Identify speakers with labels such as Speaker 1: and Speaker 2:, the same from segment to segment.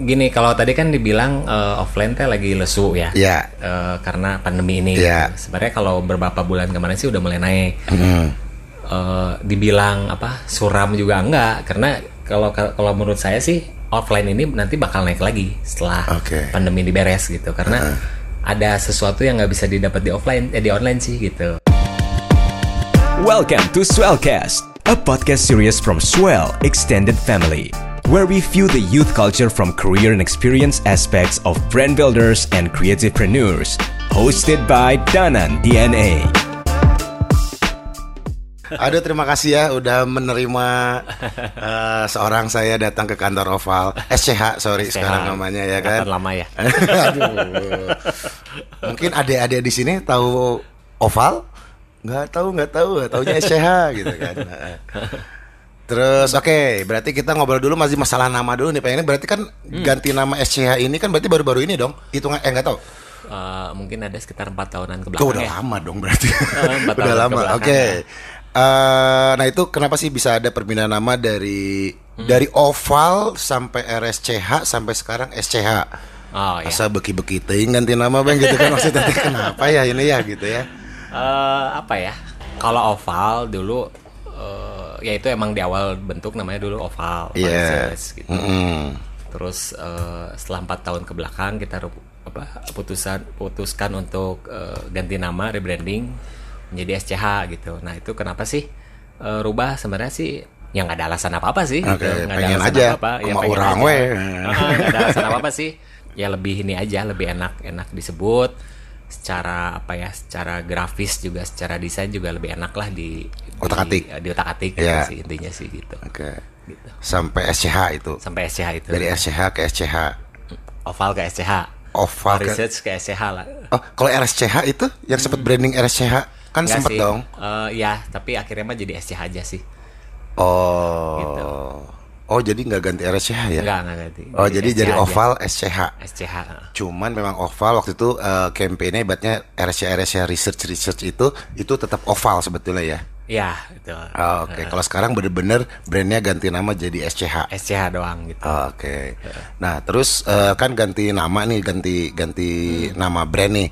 Speaker 1: gini kalau tadi kan dibilang eh, offline teh lagi lesu ya.
Speaker 2: Iya.
Speaker 1: Eh, karena pandemi ini.
Speaker 2: Iya. Mm-hmm.
Speaker 1: gitu. Sebenarnya kalau beberapa bulan kemarin sih udah mulai naik. Eh, dibilang apa suram juga enggak karena kalau kalau menurut saya sih offline ini nanti bakal naik lagi setelah
Speaker 2: Oke.
Speaker 1: pandemi diberes gitu karena ada sesuatu yang nggak bisa didapat di offline eh, di online sih gitu.
Speaker 3: Welcome to Swellcast, a podcast series from Swell Extended Family, where we view the youth culture from career and experience aspects of brand builders and creativepreneurs. Hosted by Danan DNA.
Speaker 2: Aduh terima kasih ya udah menerima eh, seorang saya datang ke kantor Oval SCH sorry sekarang namanya ya kan.
Speaker 1: Angkatan lama ya.
Speaker 2: Aduh. Mungkin adik-adik di sini tahu Oval? Nggak tahu, nggak tahu, nggak tahunya SCH gitu kan. Heeh. Terus oke, berarti kita ngobrol dulu masih masalah nama dulu nih. Pengennya berarti kan ganti nama SCH ini kan berarti baru-baru ini dong. Hitungan eh nggak tahu.
Speaker 1: Eh, mungkin ada sekitar empat tahunan ke belakang
Speaker 2: Kau udah
Speaker 1: ya.
Speaker 2: lama dong berarti.
Speaker 1: empat
Speaker 2: udah
Speaker 1: tahun
Speaker 2: lama.
Speaker 1: kebelakang
Speaker 2: Oke. Eh, nah itu kenapa sih bisa ada perpindahan nama dari
Speaker 1: Hmm.
Speaker 2: dari Oval sampai RSCH sampai sekarang SCH?
Speaker 1: Oh ya.
Speaker 2: Asa beki-beki teuing ganti nama bang gitu kan maksudnya teh, kenapa ya ini ya gitu ya.
Speaker 1: eh apa ya? Kalau oval dulu eh, ya itu emang di awal bentuk namanya dulu oval, oval
Speaker 2: Iya.
Speaker 1: series gitu.
Speaker 2: Mm-mm.
Speaker 1: Terus eh, setelah empat tahun ke belakang kita ru- apa putusan putuskan untuk eh, ganti nama rebranding menjadi SCH gitu. Nah, itu kenapa sih eh, rubah sebenarnya sih yang nggak ada alasan apa-apa sih
Speaker 2: Oke,
Speaker 1: gitu. Nggak ada
Speaker 2: pengen
Speaker 1: alasan
Speaker 2: aja.
Speaker 1: apa-apa. Ya,
Speaker 2: Kuma
Speaker 1: pengen
Speaker 2: orang
Speaker 1: aja.
Speaker 2: we.
Speaker 1: Ah, nggak ada alasan apa-apa sih. Ya lebih ini aja, lebih enak enak disebut secara apa ya, secara grafis juga, secara desain juga lebih enak lah di di-
Speaker 2: Otak-atik.
Speaker 1: Di, otak-atik
Speaker 2: Iya.
Speaker 1: sih intinya sih gitu.
Speaker 2: Oke. Sampai SCH itu.
Speaker 1: Sampai SCH itu.
Speaker 2: Dari SCH ke SCH.
Speaker 1: oval ke SCH.
Speaker 2: Oval ke
Speaker 1: Research ke SCH lah.
Speaker 2: Oh, kalau RSCH itu yang sempat branding RSCH
Speaker 1: Hmm.
Speaker 2: kan
Speaker 1: Enggak
Speaker 2: sempat
Speaker 1: sih.
Speaker 2: dong.
Speaker 1: Eh, ya, tapi akhirnya mah jadi SCH aja sih.
Speaker 2: Oh.
Speaker 1: Gitu.
Speaker 2: Oh, jadi nggak ganti RSCH ya?
Speaker 1: Enggak, enggak ganti.
Speaker 2: Oh, jadi jadi
Speaker 1: SCH aja.
Speaker 2: Oval SCH.
Speaker 1: SCH.
Speaker 2: Cuman memang Oval waktu itu eh, campaign-nya hebatnya RSCH RSCH research research itu itu tetap Oval sebetulnya ya.
Speaker 1: Ya, itu.
Speaker 2: Oh, Oke, kalau sekarang bener-bener brandnya ganti nama jadi SCH.
Speaker 1: SCH doang gitu.
Speaker 2: Oh, Oke. Nah, terus eh, kan ganti nama nih, ganti ganti
Speaker 1: Hmm.
Speaker 2: nama brand nih.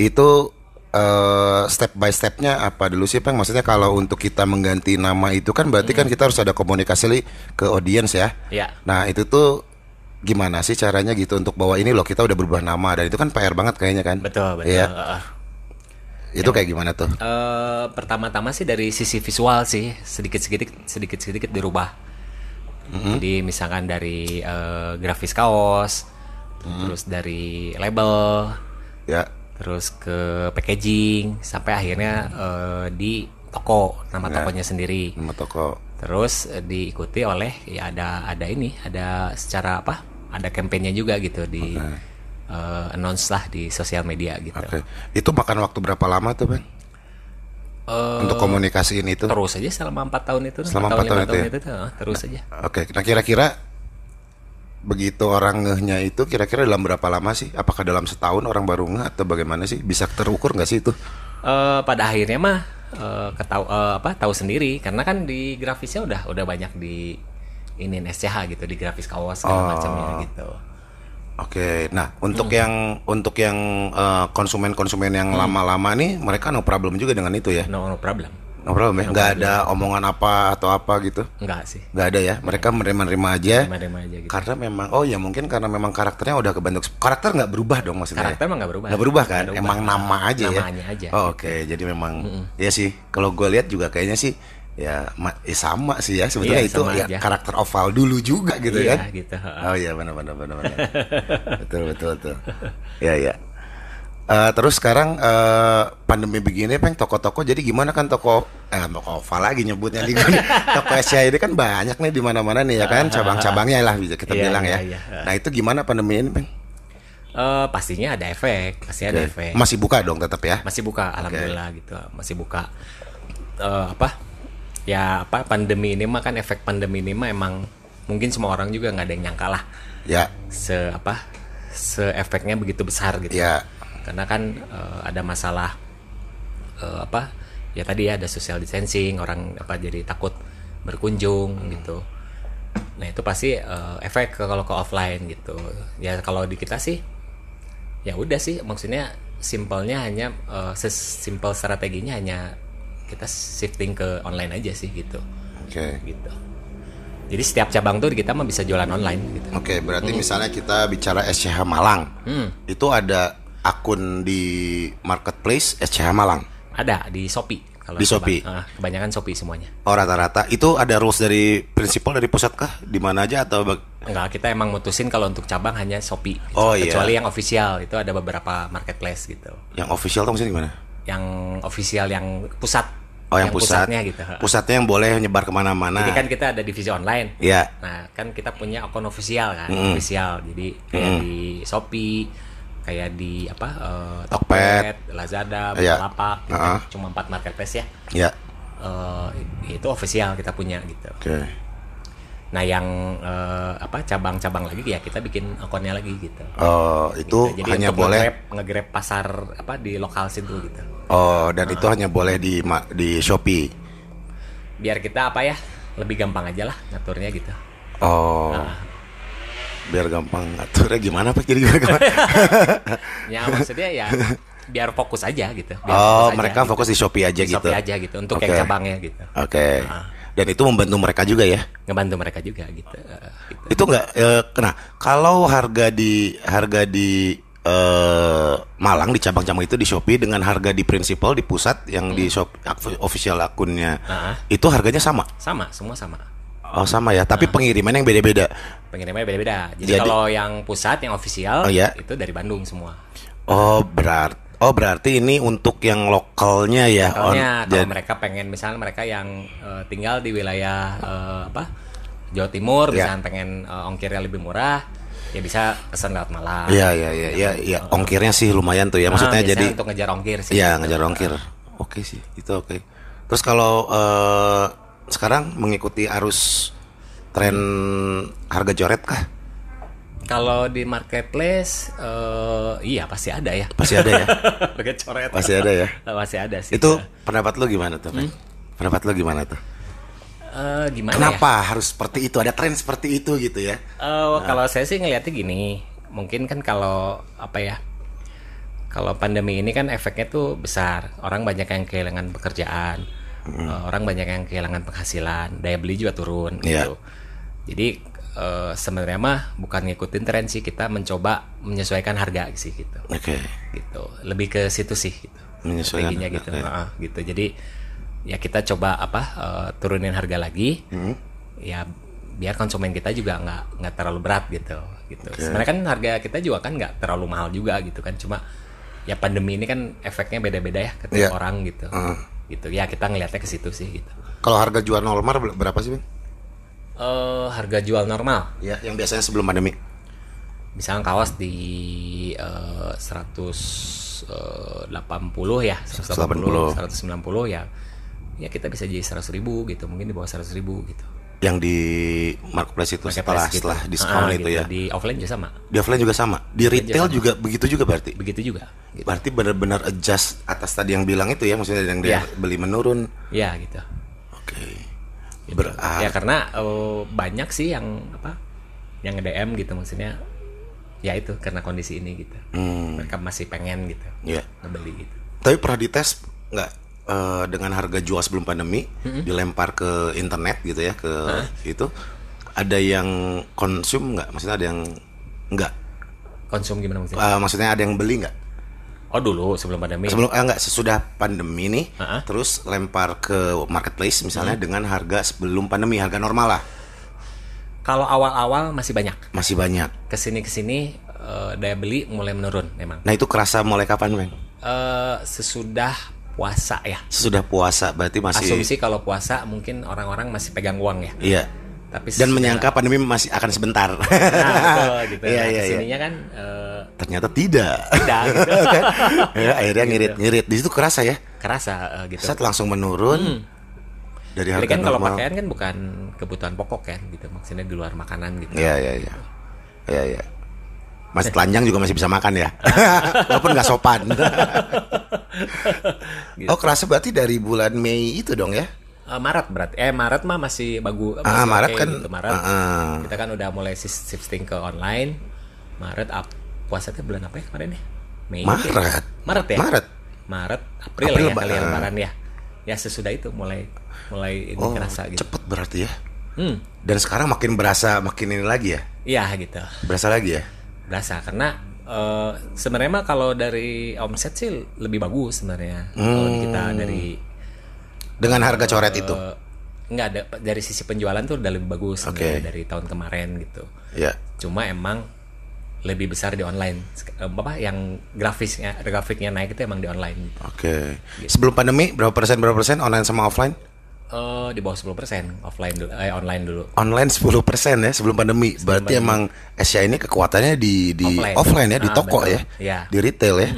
Speaker 2: Itu eh, step by stepnya apa dulu sih, Peng? Maksudnya kalau untuk kita mengganti nama itu kan berarti
Speaker 1: Hmm.
Speaker 2: kan kita harus ada komunikasi li- ke audience ya.
Speaker 1: Iya.
Speaker 2: Nah, itu tuh gimana sih caranya gitu untuk bawa ini loh kita udah berubah nama dan itu kan PR banget kayaknya kan.
Speaker 1: Betul, betul. Ya.
Speaker 2: Iya.
Speaker 1: Heeh.
Speaker 2: Itu kayak gimana tuh?
Speaker 1: Eh, pertama-tama sih dari sisi visual sih sedikit-sedikit sedikit-sedikit dirubah.
Speaker 2: Mm-hmm.
Speaker 1: Jadi misalkan dari eh, grafis kaos,
Speaker 2: Mm-hmm.
Speaker 1: terus dari label,
Speaker 2: Ya.
Speaker 1: terus ke packaging sampai akhirnya eh, di toko nama
Speaker 2: Iya.
Speaker 1: tokonya sendiri.
Speaker 2: Nama toko.
Speaker 1: terus eh, diikuti oleh ya ada ada ini ada secara apa ada kampanyenya juga gitu di eh, announce lah di sosial media gitu
Speaker 2: Oke. Itu makan waktu berapa lama tuh, Bang?
Speaker 1: Eh,
Speaker 2: untuk komunikasiin itu.
Speaker 1: terus aja selama empat tahun itu
Speaker 2: Selama empat tahun
Speaker 1: lima
Speaker 2: itu ya?
Speaker 1: tuh, eh, terus aja
Speaker 2: Oke, nah kira-kira begitu orang ngehnya itu kira-kira dalam berapa lama sih? Apakah dalam setahun orang baru ngeh atau bagaimana sih? Bisa terukur nggak sih itu?
Speaker 1: Eh, pada akhirnya mah eh, ketau eh, apa tahu sendiri karena kan di grafisnya udah udah banyak di ini SCH gitu di grafis kaos
Speaker 2: Oh.
Speaker 1: segala macamnya gitu
Speaker 2: Oke, nah untuk yang untuk yang eh, konsumen-konsumen yang lama-lama nih, mereka no problem juga dengan itu ya?
Speaker 1: no, no problem
Speaker 2: No problem ya? Nggak ada omongan apa atau apa gitu?
Speaker 1: enggak sih
Speaker 2: Nggak ada ya? Mereka menerima-nerima aja.
Speaker 1: Terima-terima aja gitu
Speaker 2: Karena memang, oh ya mungkin karena memang karakternya udah kebentuk. Karakter nggak berubah dong maksudnya?
Speaker 1: Karakter mah nggak berubah.
Speaker 2: Nggak berubah kan?
Speaker 1: Nggak berubah.
Speaker 2: Emang nama aja ya?
Speaker 1: Namanya aja.
Speaker 2: Oh oke, jadi memang ya sih. Kalau gue lihat juga kayaknya sih ya, ma- ya sama sih ya sebetulnya
Speaker 1: Iya,
Speaker 2: itu
Speaker 1: sama
Speaker 2: ya,
Speaker 1: aja.
Speaker 2: karakter oval dulu juga gitu
Speaker 1: Iya,
Speaker 2: kan?
Speaker 1: gitu, heeh.
Speaker 2: Oh iya benar benar benar benar. betul betul betul. Ya ya. Eh, terus sekarang eh, pandemi begini peng toko-toko jadi gimana kan toko eh toko oval lagi nyebutnya di toko Asia ini kan banyak nih di mana-mana nih ya kan cabang-cabangnya lah bisa
Speaker 1: Ah.
Speaker 2: kita
Speaker 1: Iya,
Speaker 2: bilang ya.
Speaker 1: iya, iya.
Speaker 2: Nah itu gimana pandemi ini peng?
Speaker 1: Eh, pastinya ada efek pasti ada efek
Speaker 2: Masih buka dong tetap ya?
Speaker 1: masih buka alhamdulillah gitu masih buka Eh, apa ya apa pandemi ini mah kan efek pandemi ini mah emang mungkin semua orang juga nggak ada yang nyangka lah
Speaker 2: Ya
Speaker 1: se apa se efeknya begitu besar gitu
Speaker 2: ya
Speaker 1: karena kan eh, ada masalah eh, apa ya
Speaker 2: Hmm.
Speaker 1: tadi ya ada social distancing orang apa jadi takut berkunjung gitu Nah itu pasti eh, efek ke- kalau ke offline gitu. Ya kalau di kita sih, ya udah sih maksudnya simpelnya hanya eh, sesimpel strateginya hanya kita shifting ke online aja sih gitu.
Speaker 2: Oke.
Speaker 1: Gitu. Jadi setiap cabang tuh kita mah bisa jualan online gitu.
Speaker 2: Oke, berarti misalnya kita bicara SCH Malang.
Speaker 1: Hmm.
Speaker 2: Itu ada akun di marketplace SCH Malang.
Speaker 1: Ada di Shopee kalau
Speaker 2: Di
Speaker 1: cabang.
Speaker 2: Shopee?
Speaker 1: Ah, kebanyakan Shopee semuanya.
Speaker 2: Oh rata-rata itu ada rules dari prinsipal dari pusat kah? Di mana aja atau bag-
Speaker 1: Enggak, kita emang mutusin kalau untuk cabang hanya Shopee. gitu.
Speaker 2: Oh, iya.
Speaker 1: Kecuali yang official itu ada beberapa marketplace gitu.
Speaker 2: yang official tuh maksudnya gimana?
Speaker 1: Yang official yang pusat.
Speaker 2: Oh yang, pusat.
Speaker 1: pusatnya gitu.
Speaker 2: Pusatnya yang boleh nyebar kemana-mana.
Speaker 1: Jadi kan kita ada divisi online.
Speaker 2: Iya.
Speaker 1: Nah, kan kita punya akun official kan, official. Jadi kayak di Shopee, kayak di apa? eh,
Speaker 2: Tokped.
Speaker 1: Lazada,
Speaker 2: Iya.
Speaker 1: Bukalapak. gitu.
Speaker 2: Heeh.
Speaker 1: Cuma empat marketplace ya.
Speaker 2: Iya.
Speaker 1: Eh, itu official kita punya gitu.
Speaker 2: Oke.
Speaker 1: Nah, yang eh, apa cabang-cabang lagi ya kita bikin akunnya lagi gitu.
Speaker 2: Oh itu
Speaker 1: Nah, Jadi
Speaker 2: hanya
Speaker 1: untuk
Speaker 2: boleh.
Speaker 1: nge-grab, nge-grab pasar apa di lokal situ gitu.
Speaker 2: Oh dan
Speaker 1: Ah.
Speaker 2: itu hanya boleh di ma- di Shopee.
Speaker 1: Biar kita apa ya lebih gampang aja lah ngaturnya gitu.
Speaker 2: Oh.
Speaker 1: Ah.
Speaker 2: Biar gampang ngaturnya gimana pak? Jadi gimana?
Speaker 1: Ya maksudnya ya biar fokus aja gitu. Biar
Speaker 2: oh
Speaker 1: aja
Speaker 2: mereka
Speaker 1: gitu.
Speaker 2: fokus di Shopee aja gitu.
Speaker 1: Shopee aja gitu untuk
Speaker 2: Oke.
Speaker 1: yang cabangnya gitu.
Speaker 2: Oke. Dan itu membantu mereka juga ya.
Speaker 1: Ngebantu mereka juga gitu. Eh, gitu.
Speaker 2: Itu enggak eh, nah kalau harga di harga di eh, Malang di cabang-cabang itu di Shopee dengan harga di prinsipal di pusat yang
Speaker 1: Hmm.
Speaker 2: di shop ak- official akunnya
Speaker 1: Ah.
Speaker 2: itu harganya sama.
Speaker 1: Sama, semua sama.
Speaker 2: Oh sama
Speaker 1: Nah.
Speaker 2: ya, tapi pengiriman yang beda-beda.
Speaker 1: Pengirimnya beda-beda. Jadi,
Speaker 2: Jadi-
Speaker 1: kalau yang pusat yang official
Speaker 2: Oh, iya.
Speaker 1: itu dari Bandung semua.
Speaker 2: Oh, berarti Oh, berarti ini untuk yang lokalnya ya. on-
Speaker 1: Soalnya kalau
Speaker 2: jadi-
Speaker 1: mereka pengen misalnya mereka yang eh, tinggal di wilayah eh, apa Jawa Timur,
Speaker 2: Iya.
Speaker 1: misalnya pengen eh, ongkirnya lebih murah, ya bisa pesan lewat Malang.
Speaker 2: Iya, iya, iya, iya, iya. Ongkirnya sih lumayan tuh ya.
Speaker 1: Oh. Ah,
Speaker 2: Maksudnya
Speaker 1: biasanya
Speaker 2: jadi
Speaker 1: untuk ngejar ongkir sih.
Speaker 2: Iya ngejar ongkir. Oke sih, itu oke. Terus kalau eh, sekarang mengikuti arus tren harga coret kah?
Speaker 1: Kalau di marketplace, eh, iya pasti ada ya.
Speaker 2: Pasti ada ya.
Speaker 1: Harga coret.
Speaker 2: Pasti ada ya.
Speaker 1: Pasti ada sih.
Speaker 2: itu pendapat lu gimana tuh?
Speaker 1: Hmm?
Speaker 2: Pak? Pendapat lu gimana tuh?
Speaker 1: Eh, gimana ya?
Speaker 2: Kenapa harus seperti itu? Ada tren seperti itu gitu ya?
Speaker 1: Eh, Kalau saya sih ngelihatnya gini, mungkin kan kalau apa ya, kalau pandemi ini kan efeknya tuh besar. Orang banyak yang kehilangan pekerjaan, eh, orang banyak yang kehilangan penghasilan, daya beli juga turun
Speaker 2: Iya.
Speaker 1: gitu. Jadi eh, sebenarnya mah bukan ngikutin tren sih, kita mencoba menyesuaikan harga sih gitu,
Speaker 2: Oke.
Speaker 1: gitu. Lebih ke situ sih. Gitu.
Speaker 2: Menyesuaikan
Speaker 1: Strateginya gitu,
Speaker 2: harga, ya.
Speaker 1: heeh, gitu. Jadi ya kita coba apa eh, turunin harga lagi, ya biar konsumen kita juga nggak nggak terlalu berat gitu, gitu. Sebenarnya kan harga kita juga kan nggak terlalu mahal juga gitu kan, cuma ya pandemi ini kan efeknya beda-beda ya ke tiap
Speaker 2: Iya.
Speaker 1: orang gitu, gitu. Ya kita ngelihatnya ke situ sih gitu.
Speaker 2: Kalau harga jual normal ber- berapa sih, Bang?
Speaker 1: eh harga jual normal,
Speaker 2: Ya, yang biasanya sebelum pandemi.
Speaker 1: misalnya kaos di eh, 180 ya 180 190 ya ya kita bisa jadi 100 ribu gitu mungkin di bawah 100 ribu gitu
Speaker 2: Yang di marketplace itu
Speaker 1: Marketplace
Speaker 2: setelah
Speaker 1: gitu.
Speaker 2: setelah diskon
Speaker 1: Ah,
Speaker 2: itu
Speaker 1: gitu.
Speaker 2: ya.
Speaker 1: di offline juga sama
Speaker 2: Di offline juga sama. Di retail juga begitu juga berarti.
Speaker 1: begitu juga gitu.
Speaker 2: Berarti benar-benar adjust atas tadi yang bilang itu ya, maksudnya yang
Speaker 1: Iya.
Speaker 2: dia beli menurun. Gitu.
Speaker 1: ya gitu
Speaker 2: Oke. Berarti
Speaker 1: ya karena eh, banyak sih yang apa yang nge-DM gitu maksudnya ya itu karena kondisi ini gitu
Speaker 2: Hmm.
Speaker 1: mereka masih pengen gitu
Speaker 2: Iya.
Speaker 1: ngebeli gitu
Speaker 2: Tapi pernah dites nggak eh, dengan harga jual sebelum pandemi dilempar ke internet gitu ya ke itu ada yang konsum nggak? Maksudnya ada yang nggak?
Speaker 1: konsum gimana maksudnya
Speaker 2: Eh, maksudnya ada yang beli nggak?
Speaker 1: oh dulu sebelum pandemi
Speaker 2: Sebelum eh, nggak sesudah pandemi nih,
Speaker 1: Ah.
Speaker 2: terus lempar ke marketplace misalnya dengan harga sebelum pandemi harga normal lah
Speaker 1: kalau awal-awal masih banyak
Speaker 2: masih banyak.
Speaker 1: kesini kesini eh, daya beli mulai menurun memang
Speaker 2: Nah itu kerasa mulai kapan, Bang?
Speaker 1: Eh, sesudah puasa ya
Speaker 2: Sesudah puasa berarti masih
Speaker 1: asumsi kalau puasa mungkin orang-orang masih pegang uang ya
Speaker 2: Iya.
Speaker 1: tapi
Speaker 2: dan
Speaker 1: sesudah-
Speaker 2: menyangka pandemi masih akan sebentar.
Speaker 1: nah, betul gitu
Speaker 2: Iya,
Speaker 1: Nah,
Speaker 2: iya, iya.
Speaker 1: kesininya kan eh,
Speaker 2: Ternyata tidak.
Speaker 1: tidak gitu.
Speaker 2: ya, akhirnya ngirit-ngirit. Di situ kerasa ya.
Speaker 1: kerasa eh, gitu
Speaker 2: Set langsung menurun. Dari
Speaker 1: Jadi
Speaker 2: harga
Speaker 1: Hmm. kan kalau
Speaker 2: normal.
Speaker 1: pakaian kan bukan kebutuhan pokok kan gitu maksudnya di luar makanan gitu
Speaker 2: Iya, iya, iya. Iya, iya. Masih telanjang juga masih bisa makan ya. Walaupun nggak
Speaker 1: Gitu.
Speaker 2: sopan. Oh, kerasa berarti dari bulan Mei itu dong ya.
Speaker 1: Eh, eh, Maret berarti. Eh Maret mah masih bagus.
Speaker 2: Ah,
Speaker 1: masih
Speaker 2: Maret
Speaker 1: oke
Speaker 2: kan,
Speaker 1: gitu, Maret.
Speaker 2: ah, ah.
Speaker 1: Kita kan udah mulai sis- shifting ke online. Maret ap puasa tuh bulan apa ya kemarin ya? Mei. gitu ya?
Speaker 2: Maret.
Speaker 1: Maret ya?
Speaker 2: Maret.
Speaker 1: Maret, April,
Speaker 2: April,
Speaker 1: ya
Speaker 2: Pak.
Speaker 1: kali
Speaker 2: Ah.
Speaker 1: lebaran ya. Ya sesudah itu mulai mulai ini
Speaker 2: Oh,
Speaker 1: kerasa gitu.
Speaker 2: cepet berarti ya.
Speaker 1: Hmm.
Speaker 2: Dan sekarang makin berasa, makin ini lagi ya.
Speaker 1: Iya gitu.
Speaker 2: Berasa lagi ya.
Speaker 1: berasa karena eh, sebenarnya mah kalau dari omset sih lebih bagus sebenarnya kalau
Speaker 2: Hmm.
Speaker 1: di kita dari
Speaker 2: Dengan harga coret itu.
Speaker 1: eh, nggak ada dari sisi penjualan tuh udah lebih bagus sebenarnya dari tahun kemarin gitu
Speaker 2: Ya.
Speaker 1: cuma emang lebih besar di online Sek- eh, apa yang grafisnya grafiknya naik itu emang di online gitu.
Speaker 2: Oke. Sebelum pandemi berapa persen berapa persen online sama offline?
Speaker 1: Eh, di bawah 10% offline dulu eh, online dulu
Speaker 2: Online 10 persen ya sebelum pandemi. Berarti emang Asia ini kekuatannya di di offline,
Speaker 1: Offline.
Speaker 2: ya, di
Speaker 1: Ah,
Speaker 2: toko
Speaker 1: betul.
Speaker 2: ya,
Speaker 1: Iya.
Speaker 2: di retail ya.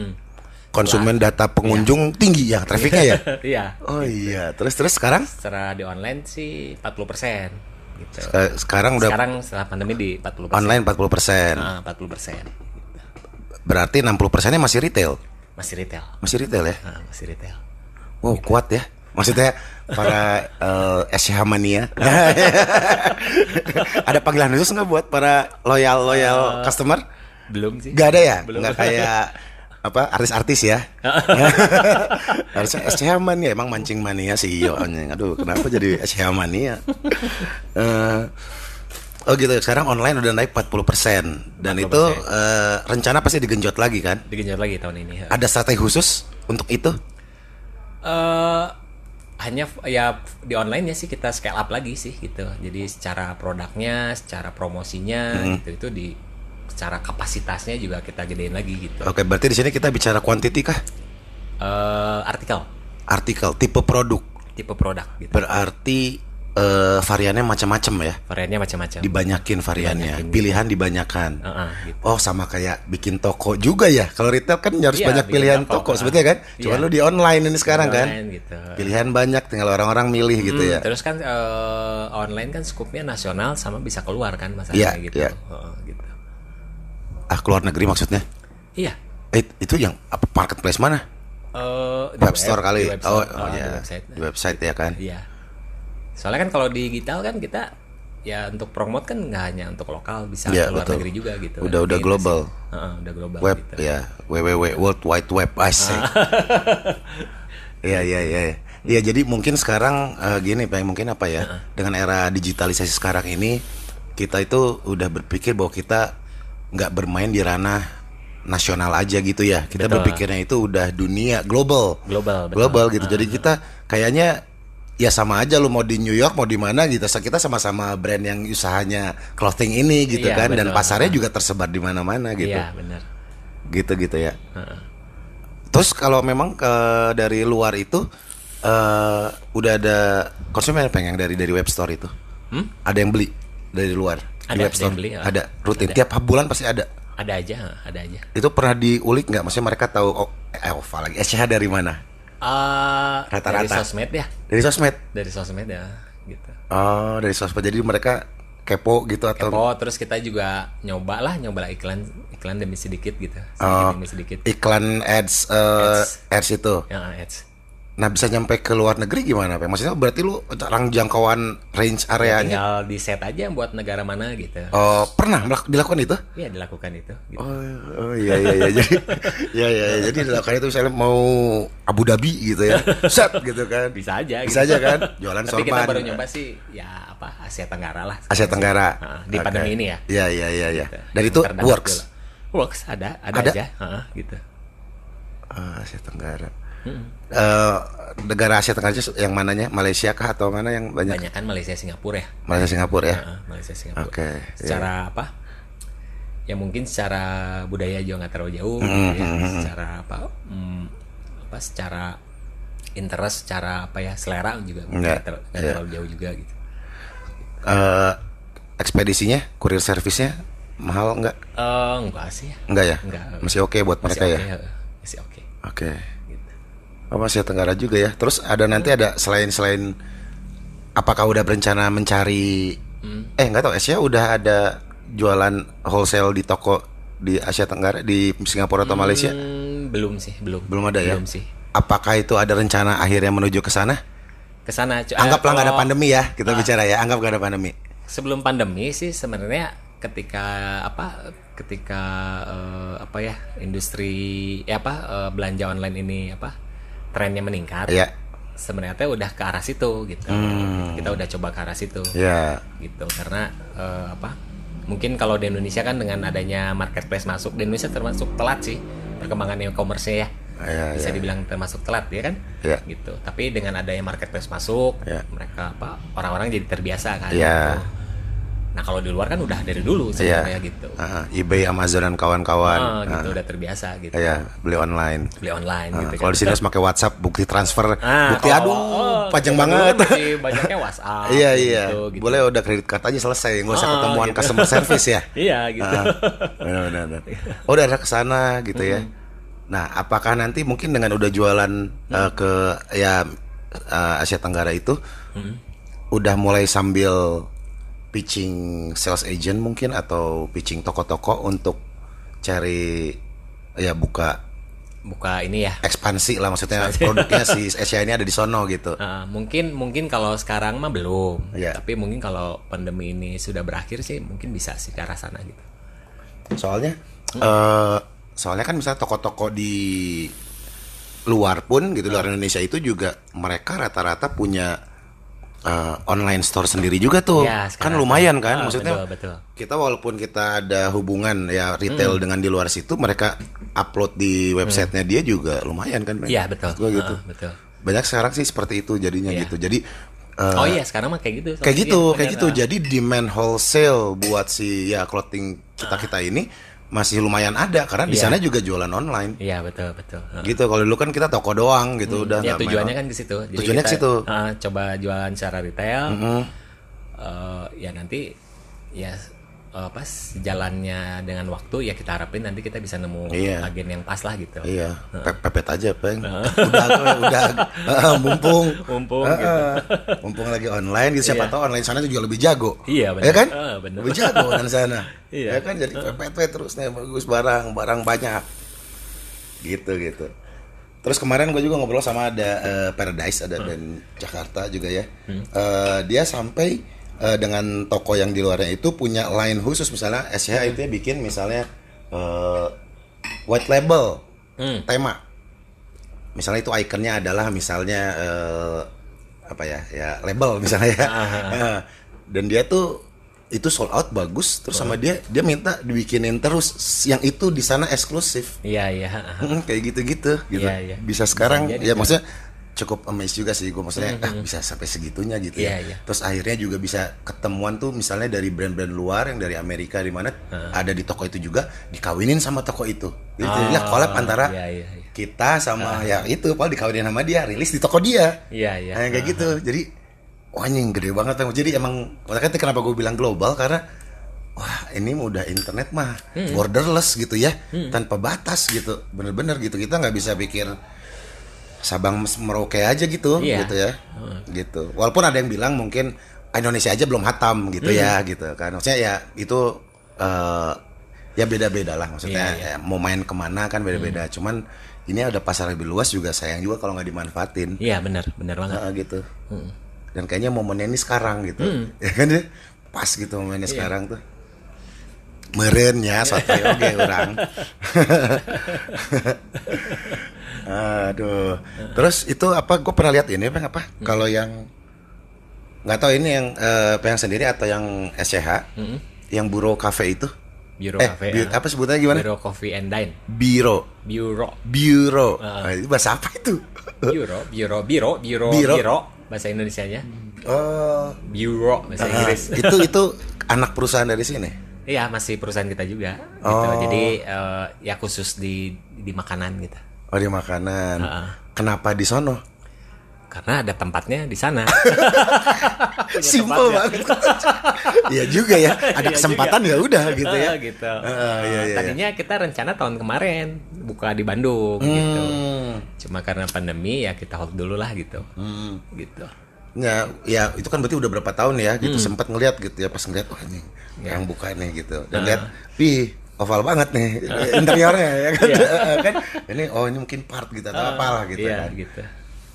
Speaker 2: Konsumen data pengunjung tinggi ya, trafficnya ya.
Speaker 1: iya
Speaker 2: Oh iya. Terus terus sekarang?
Speaker 1: secara di online sih 40% gitu
Speaker 2: Sek- Sekarang udah
Speaker 1: sekarang setelah pandemi di 40%
Speaker 2: online 40 persen.
Speaker 1: Ah, 40%
Speaker 2: Berarti 60 persennya masih retail.
Speaker 1: masih retail
Speaker 2: Masih retail ya.
Speaker 1: Ah, masih retail.
Speaker 2: Wow kuat ya. Maksudnya para eh, SCH mania. ada panggilan khusus nggak buat para loyal loyal customer?
Speaker 1: Belum sih.
Speaker 2: Gak ada ya? Nggak kayak apa artis-artis ya? Harusnya SCH mania ya, emang mancing mania CEO nya. Aduh kenapa jadi SCH mania? ya? Eh, oh gitu. Sekarang online udah naik 40% dan itu eh, rencana pasti digenjot lagi kan?
Speaker 1: Digenjot lagi tahun ini. Eh
Speaker 2: Ada strategi khusus untuk itu?
Speaker 1: Eh, hanya f- ya f- di online ya sih kita scale up lagi sih gitu. Jadi secara produknya, secara promosinya
Speaker 2: Mm-hmm.
Speaker 1: gitu itu di secara kapasitasnya juga kita gedein lagi gitu.
Speaker 2: Oke, berarti di sini kita bicara kuantiti kah?
Speaker 1: eh artikel
Speaker 2: Artikel, tipe produk.
Speaker 1: tipe produk gitu.
Speaker 2: Berarti eh, variannya macam-macam ya.
Speaker 1: Variannya macam-macam.
Speaker 2: Dibanyakin variannya, pilihan dibanyakan.
Speaker 1: Heeh, gitu.
Speaker 2: Oh, sama kayak bikin toko juga ya. Kalau retail kan harus
Speaker 1: Iya,
Speaker 2: banyak
Speaker 1: bikin
Speaker 2: pilihan toko,
Speaker 1: toko, ah.
Speaker 2: sebetulnya kan. Cuman
Speaker 1: Iya.
Speaker 2: lu di online ini sekarang kan.
Speaker 1: Online gitu.
Speaker 2: Pilihan banyak, tinggal orang-orang milih gitu
Speaker 1: Hmm,
Speaker 2: ya.
Speaker 1: Terus kan eh, online kan skupnya nasional sama bisa keluar kan
Speaker 2: Iya,
Speaker 1: masalahnya gitu.
Speaker 2: iya.
Speaker 1: Heeh, gitu.
Speaker 2: Ah, keluar negeri maksudnya.
Speaker 1: Iya.
Speaker 2: Eh, itu yang apa marketplace mana?
Speaker 1: Eh, di
Speaker 2: Web store kali.
Speaker 1: di website.
Speaker 2: oh,
Speaker 1: Ah,
Speaker 2: oh,
Speaker 1: di
Speaker 2: ya.
Speaker 1: website.
Speaker 2: Di website ya kan.
Speaker 1: Iya. Soalnya kan kalau digital kan kita ya untuk promote kan nggak hanya untuk lokal bisa
Speaker 2: Iya,
Speaker 1: ke luar
Speaker 2: betul.
Speaker 1: negeri juga gitu.
Speaker 2: Udah- udah
Speaker 1: Jadi
Speaker 2: global.
Speaker 1: masih- Heeh, udah global.
Speaker 2: web
Speaker 1: gitu.
Speaker 2: ya www world wide web asik
Speaker 1: Ah.
Speaker 2: Iya iya iya Iya jadi mungkin sekarang eh, gini Pak mungkin apa
Speaker 1: Ah.
Speaker 2: ya dengan era digitalisasi sekarang ini kita itu udah berpikir bahwa kita nggak bermain di ranah nasional aja gitu ya kita berpikirnya itu udah dunia global
Speaker 1: Global, betul. Ah.
Speaker 2: global gitu jadi kita kayaknya ya sama aja lu mau di New York mau di mana gitu So, kita sama-sama brand yang usahanya clothing ini gitu
Speaker 1: Iya,
Speaker 2: kan dan
Speaker 1: betul.
Speaker 2: pasarnya juga tersebar di mana-mana gitu
Speaker 1: Iya, benar.
Speaker 2: gitu gitu ya. Terus kalau memang ke dari luar itu eh udah ada konsumen apa yang dari dari web store itu? Ada yang beli dari luar
Speaker 1: Hmm? Ada,
Speaker 2: di web
Speaker 1: ada
Speaker 2: store?
Speaker 1: yang beli, ya.
Speaker 2: ada rutin tiap bulan pasti ada.
Speaker 1: Ada aja, ada aja.
Speaker 2: Itu pernah diulik nggak? Maksudnya mereka tahu oh, eh, Ova lagi SCH dari mana?
Speaker 1: Eh,
Speaker 2: Rata-rata.
Speaker 1: dari sosmed ya,
Speaker 2: Dari sosmed.
Speaker 1: dari sosmed ya gitu.
Speaker 2: Oh, dari sosmed. Jadi mereka kepo gitu atau
Speaker 1: Oh, terus kita juga nyoba lah, nyoba lah iklan iklan demi sedikit gitu. Sedikit
Speaker 2: Oh.
Speaker 1: demi sedikit.
Speaker 2: iklan ads, eh, ads itu.
Speaker 1: Yang ads.
Speaker 2: Nah, bisa nyampe ke luar negeri gimana, Pak? Maksudnya berarti lu orang jangkauan range areanya
Speaker 1: Tinggal di set aja buat negara mana gitu.
Speaker 2: Oh, pernah melak- dilakukan itu?
Speaker 1: Iya, dilakukan itu. gitu.
Speaker 2: Oh, oh iya iya iya jadi iya iya iya. jadi dilakukan itu misalnya mau Abu Dhabi gitu ya. Set gitu kan.
Speaker 1: bisa aja gitu.
Speaker 2: Bisa aja kan? Jualan
Speaker 1: tapi kita
Speaker 2: sorban.
Speaker 1: baru nyoba sih ya apa Asia Tenggara lah
Speaker 2: Asia Tenggara.
Speaker 1: Heeh, di
Speaker 2: Oke.
Speaker 1: pandemi ini ya
Speaker 2: Iya iya iya iya.
Speaker 1: Gitu.
Speaker 2: Dan itu
Speaker 1: Terdampak
Speaker 2: works.
Speaker 1: dulu. works ada ada,
Speaker 2: Ada?
Speaker 1: aja Heeh, gitu
Speaker 2: Ah, Asia Tenggara. Eh, negara Asia Tenggara itu yang mananya? Malaysia kah atau mana yang banyak?
Speaker 1: banyak kan Malaysia Singapura ya
Speaker 2: Malaysia Singapura ya.
Speaker 1: Heeh, Malaysia Singapura
Speaker 2: Oke,
Speaker 1: secara apa ya mungkin secara budaya juga nggak terlalu jauh gitu
Speaker 2: Hmm,
Speaker 1: ya. secara apa hmm, apa secara interest secara apa ya selera juga mungkin
Speaker 2: Nggak,
Speaker 1: nggak terlalu, nggak terlalu jauh juga gitu
Speaker 2: Eh, ekspedisinya, kurir servisnya mahal nggak?
Speaker 1: Eh enggak sih ya
Speaker 2: Enggak ya?
Speaker 1: Nggak.
Speaker 2: Masih oke buat
Speaker 1: masih
Speaker 2: mereka
Speaker 1: oke
Speaker 2: ya?
Speaker 1: heeh, masih oke
Speaker 2: Oke. Apa Asia Tenggara juga ya. Terus ada nanti ada selain selain apakah udah berencana mencari
Speaker 1: Hmm.
Speaker 2: eh nggak tahu Asia udah ada jualan wholesale di toko di Asia Tenggara di Singapura atau Malaysia?
Speaker 1: Hmm, belum sih belum
Speaker 2: Belum ada ya?
Speaker 1: belum sih
Speaker 2: Apakah itu ada rencana akhirnya menuju ke sana?
Speaker 1: ke sana. Cu- eh, Ah.
Speaker 2: Anggaplah nggak ada
Speaker 1: kalau
Speaker 2: pandemi ya, kita bicara ya. Anggap nggak ada pandemi.
Speaker 1: Sebelum pandemi sih sebenarnya ketika apa ketika eh, apa ya industri ya apa eh, belanja online ini apa trennya meningkat.
Speaker 2: Iya. Hmm.
Speaker 1: Sebenarnya teh udah ke arah situ gitu. Kita udah coba ke arah situ.
Speaker 2: Ya.
Speaker 1: gitu karena eh, apa mungkin kalau di Indonesia kan dengan adanya marketplace masuk di Indonesia termasuk telat sih perkembangan e-commerce-nya ya
Speaker 2: Iya,
Speaker 1: bisa
Speaker 2: iya.
Speaker 1: dibilang termasuk telat ya kan
Speaker 2: Iya.
Speaker 1: gitu tapi dengan adanya marketplace masuk
Speaker 2: Iya.
Speaker 1: mereka apa orang-orang jadi terbiasa kan gitu.
Speaker 2: Iya.
Speaker 1: nah kalau di luar kan udah dari dulu sebenarnya gitu
Speaker 2: Ah, eBay, Amazon dan kawan-kawan.
Speaker 1: Ah, gitu
Speaker 2: Ya. Ah,
Speaker 1: udah terbiasa gitu
Speaker 2: iya, beli online.
Speaker 1: beli online
Speaker 2: Ah,
Speaker 1: gitu
Speaker 2: kalau di sini harus pakai WhatsApp bukti transfer,
Speaker 1: Ah,
Speaker 2: bukti
Speaker 1: kalau-
Speaker 2: aduh,
Speaker 1: oh,
Speaker 2: panjang
Speaker 1: zaman dulu
Speaker 2: banget.
Speaker 1: masih banyaknya WhatsApp
Speaker 2: Iya iya,
Speaker 1: gitu, gitu.
Speaker 2: boleh udah kredit card aja selesai, nggak usah
Speaker 1: Ah,
Speaker 2: ketemuan
Speaker 1: gitu.
Speaker 2: customer service ya.
Speaker 1: iya gitu
Speaker 2: Ah, benar benar, benar. Oh, daerah ke sana gitu ya. Nah, apakah nanti mungkin dengan udah jualan
Speaker 1: Mm.
Speaker 2: eh, ke ya eh, Asia Tenggara itu udah mulai sambil pitching sales agent mungkin atau pitching toko-toko untuk cari ya buka
Speaker 1: buka ini ya
Speaker 2: ekspansi lah maksudnya produknya si Asia ini ada di sono gitu.
Speaker 1: Uh, mungkin mungkin kalau sekarang mah belum
Speaker 2: Iya.
Speaker 1: tapi mungkin kalau pandemi ini sudah berakhir sih mungkin bisa sih ke arah sana gitu
Speaker 2: Soalnya eh soalnya kan misalnya toko-toko di luar pun gitu luar Indonesia itu juga mereka rata-rata punya eh, online store sendiri juga tuh.
Speaker 1: Iya,
Speaker 2: kan
Speaker 1: sekarang.
Speaker 2: lumayan kan
Speaker 1: Ah,
Speaker 2: maksudnya.
Speaker 1: betul, betul.
Speaker 2: Kita walaupun kita ada hubungan ya retail dengan di luar situ mereka upload di websitenya dia juga lumayan kan. Bang?
Speaker 1: Mm. iya betul
Speaker 2: Maksud gua gitu.
Speaker 1: Uh, betul
Speaker 2: Banyak sekarang sih seperti itu jadinya
Speaker 1: Iya.
Speaker 2: gitu. Jadi eh,
Speaker 1: oh iya sekarang mah kayak gitu
Speaker 2: kayak
Speaker 1: Iya,
Speaker 2: gitu kayak
Speaker 1: benar.
Speaker 2: gitu
Speaker 1: Uh,
Speaker 2: jadi demand wholesale buat si ya clothing kita kita ini masih lumayan ada karena di
Speaker 1: Iya.
Speaker 2: sana juga jualan online
Speaker 1: iya betul betul Uh,
Speaker 2: gitu kalau dulu kan kita toko doang gitu udah
Speaker 1: ya
Speaker 2: nggak main
Speaker 1: tujuannya kan ke
Speaker 2: online.
Speaker 1: situ Jadi
Speaker 2: Tujuannya ke
Speaker 1: kita,
Speaker 2: situ.
Speaker 1: uh, coba jualan secara retail Uh, ya nanti ya uh, pas jalannya dengan waktu ya kita harapin nanti kita bisa nemu
Speaker 2: Iya.
Speaker 1: agen yang pas lah gitu
Speaker 2: iya pe- pepet aja peng udah udah eh, mumpung
Speaker 1: mumpung
Speaker 2: Eh,
Speaker 1: gitu
Speaker 2: eh, mumpung lagi online gitu siapa
Speaker 1: Iya.
Speaker 2: tahu online sana tuh juga lebih jago
Speaker 1: Iya, benar.
Speaker 2: ya kan
Speaker 1: Eh, benar.
Speaker 2: lebih jago online sana
Speaker 1: Iya.
Speaker 2: ya kan jadi pepet pepet terus nih bagus barang barang banyak gitu gitu terus kemarin gue juga ngobrol sama ada eh, Paradise ada dan Jakarta juga ya Eh, dia sampai eh, dengan toko yang di luarnya itu punya line khusus misalnya SCH itu ya bikin misalnya eh, white label tema misalnya itu ikonnya adalah misalnya eh, apa ya ya label misalnya
Speaker 1: Ah,
Speaker 2: ya. Eh, dan dia tuh itu sold out bagus terus sama dia dia minta dibikinin terus yang itu di sana eksklusif
Speaker 1: iya iya
Speaker 2: Mm, kayak gitu-gitu gitu
Speaker 1: Iya, iya.
Speaker 2: bisa sekarang
Speaker 1: Bisa jadi
Speaker 2: ya maksudnya cukup amazed juga sih gue maksudnya ah, bisa sampai segitunya gitu ya
Speaker 1: Iya, iya.
Speaker 2: terus akhirnya juga bisa ketemuan tuh misalnya dari brand-brand luar yang dari Amerika di mana ada di toko itu juga dikawinin sama toko itu jadi
Speaker 1: Ah,
Speaker 2: jadilah collab antara
Speaker 1: iya, iya, iya.
Speaker 2: kita sama ya itu paling dikawinin sama dia rilis di toko dia
Speaker 1: iya iya
Speaker 2: Nah, kayak gitu. Jadi wah anjing gede banget Bang. Jadi emang makanya itu kenapa gue bilang global karena wah ini udah internet mah borderless gitu ya, tanpa batas gitu. Bener-bener gitu. Kita nggak bisa pikir Sabang Mes- Merauke aja gitu
Speaker 1: Iya.
Speaker 2: gitu ya. Gitu. Walaupun ada yang bilang mungkin "Ah, Indonesia aja belum hatam gitu ya gitu kan. Maksudnya ya itu eh, ya beda-beda lah maksudnya ya, mau main kemana kan beda-beda. Cuman ini ada pasar lebih luas juga sayang juga kalau nggak dimanfaatin.
Speaker 1: iya benar benar banget
Speaker 2: Heeh, gitu.
Speaker 1: Hmm.
Speaker 2: Dan kayaknya momennya ini sekarang gitu. Ya kan ya? Pas gitu momennya
Speaker 1: Iya.
Speaker 2: sekarang tuh. Meren ya satu oke orang. Aduh. Terus itu apa gue pernah lihat ini Bang, apa?
Speaker 1: Hmm.
Speaker 2: Kalau yang nggak tahu ini yang eh, Peng sendiri atau yang SCH. Yang Buro Cafe itu.
Speaker 1: Hmm. Biro
Speaker 2: eh,
Speaker 1: Cafe,
Speaker 2: bu-
Speaker 1: ah.
Speaker 2: apa sebutannya gimana?
Speaker 1: Bureau Coffee and Dine.
Speaker 2: Biro.
Speaker 1: Bureau.
Speaker 2: Biro.
Speaker 1: Ah.
Speaker 2: Nah, itu bahasa apa itu?
Speaker 1: Bureau, bureau, biro, biro,
Speaker 2: Biro.
Speaker 1: biro, bahasa Indonesianya.
Speaker 2: Oh.
Speaker 1: Bureau bahasa
Speaker 2: Ah,
Speaker 1: Inggris.
Speaker 2: itu itu anak perusahaan dari sini.
Speaker 1: Iya, masih perusahaan kita juga gitu.
Speaker 2: Oh.
Speaker 1: Jadi eh, ya khusus di di makanan gitu.
Speaker 2: Oh di makanan.
Speaker 1: Heeh.
Speaker 2: Kenapa di sono?
Speaker 1: Karena ada tempatnya di sana.
Speaker 2: Simple banget. Iya juga ya. Ada
Speaker 1: Iya
Speaker 2: kesempatan ya udah gitu ya.
Speaker 1: Ah, gitu.
Speaker 2: Heeh, iya, iya, iya.
Speaker 1: Tadinya kita rencana tahun kemarin buka di Bandung gitu.
Speaker 2: Hmm.
Speaker 1: Cuma karena pandemi ya kita hold dulu lah gitu. Gitu.
Speaker 2: Ya, ya itu kan berarti udah berapa tahun ya gitu
Speaker 1: Hmm.
Speaker 2: sempat ngeliat gitu ya pas ngeliat wah ini
Speaker 1: Iya.
Speaker 2: yang buka nih gitu
Speaker 1: Ah.
Speaker 2: dan lihat wih oval banget nih interiornya ya kan, Kan, ini oh ini mungkin part gitu atau apalah gitu
Speaker 1: Iya. Ah, Iya,
Speaker 2: kan
Speaker 1: gitu.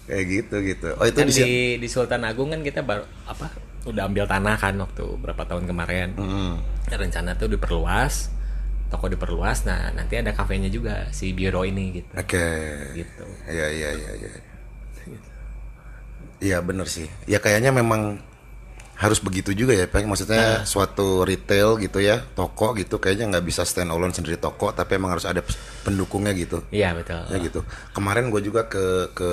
Speaker 2: kayak gitu gitu oh itu
Speaker 1: Kan
Speaker 2: di,
Speaker 1: di, di Sultan Agung kan kita baru apa udah ambil tanah kan waktu berapa tahun kemarin.
Speaker 2: Hmm.
Speaker 1: Rencana tuh diperluas, toko diperluas. Nah nanti ada kafenya juga si Biro ini gitu.
Speaker 2: oke
Speaker 1: Gitu.
Speaker 2: Iya iya iya iya. Iya benar sih. Ya kayaknya memang harus begitu juga ya, Pak. Maksudnya
Speaker 1: Nah.
Speaker 2: suatu retail gitu ya, toko gitu kayaknya nggak bisa stand alone sendiri toko, tapi emang harus ada pes- pendukungnya gitu.
Speaker 1: Iya betul.
Speaker 2: Ya gitu. Kemarin gue juga ke ke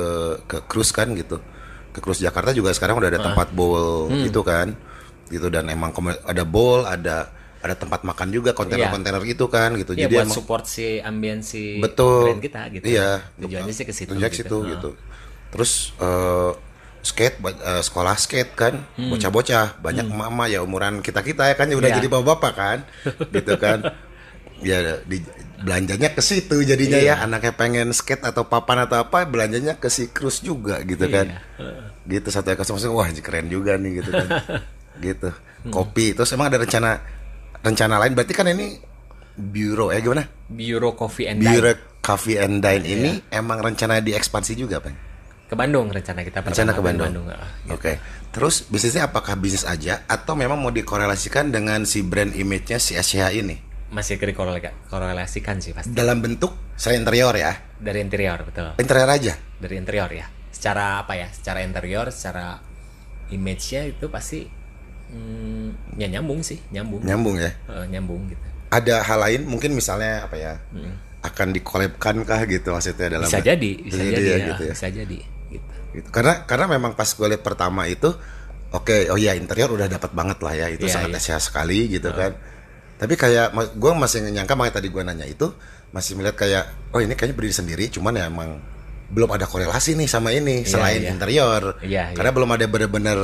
Speaker 2: ke cruise kan gitu. Ke cruise Jakarta juga sekarang udah ada
Speaker 1: Nah.
Speaker 2: tempat bowl
Speaker 1: Hmm.
Speaker 2: gitu kan. Gitu dan emang komer- ada bowl, ada ada tempat makan juga kontainer-kontainer gitu kan gitu.
Speaker 1: Iya
Speaker 2: Jadi
Speaker 1: buat
Speaker 2: emang
Speaker 1: support si ambiensi
Speaker 2: betul
Speaker 1: brand kita gitu.
Speaker 2: iya
Speaker 1: Tujuannya sih ke situ.
Speaker 2: tujuannya ke situ
Speaker 1: Nah,
Speaker 2: gitu terus eh, skate ba- eh, sekolah skate kan bocah-bocah banyak mama ya umuran kita kita ya kan udah
Speaker 1: Hmm. Iya.
Speaker 2: jadi bapak-bapak kan gitu kan ya di- belanjanya ke situ jadinya
Speaker 1: Iya.
Speaker 2: ya anaknya pengen skate atau papan atau apa belanjanya ke si cruise juga gitu kan
Speaker 1: Iya.
Speaker 2: gitu satu ekor maksudnya wah anjir, keren juga nih gitu kan gitu
Speaker 1: Hmm.
Speaker 2: kopi terus emang ada rencana rencana lain berarti kan ini bureau ya gimana
Speaker 1: Biro Coffee and Dine. Iya.
Speaker 2: Bure Coffee and Dine ini emang rencana diekspansi juga, Bang.
Speaker 1: Ke Bandung rencana kita.
Speaker 2: Rencana
Speaker 1: pertama
Speaker 2: ke Bandung.
Speaker 1: ah.
Speaker 2: Oke. Terus bisnisnya apakah bisnis aja atau memang mau dikorelasikan dengan si brand image-nya si SCH ini?
Speaker 1: Masih dikorelasikan sih pasti.
Speaker 2: Dalam bentuk saya interior ya.
Speaker 1: Dari interior betul.
Speaker 2: Interior aja.
Speaker 1: dari interior ya secara apa ya secara interior secara image-nya itu pasti mm, ya nyambung sih nyambung
Speaker 2: Nyambung ya.
Speaker 1: Eh, nyambung gitu
Speaker 2: Ada hal lain mungkin misalnya apa ya? Akan dikolebkan kah gitu maksudnya dalam
Speaker 1: Hmm. bisa jadi bisa jadi
Speaker 2: ya,
Speaker 1: ya,
Speaker 2: gitu ya.
Speaker 1: bisa jadi gitu
Speaker 2: Gitu. Karena karena memang pas gue liat pertama itu oke oh ya interior udah dapat banget lah ya itu
Speaker 1: Iya,
Speaker 2: sangat
Speaker 1: iya.
Speaker 2: SCH sekali gitu kan. Tapi kayak gue masih nyangka makanya tadi gue nanya itu masih melihat kayak oh ini kayaknya berdiri sendiri cuman ya emang belum ada korelasi nih sama ini selain
Speaker 1: iya.
Speaker 2: interior.
Speaker 1: Iya,
Speaker 2: Karena belum ada bener-bener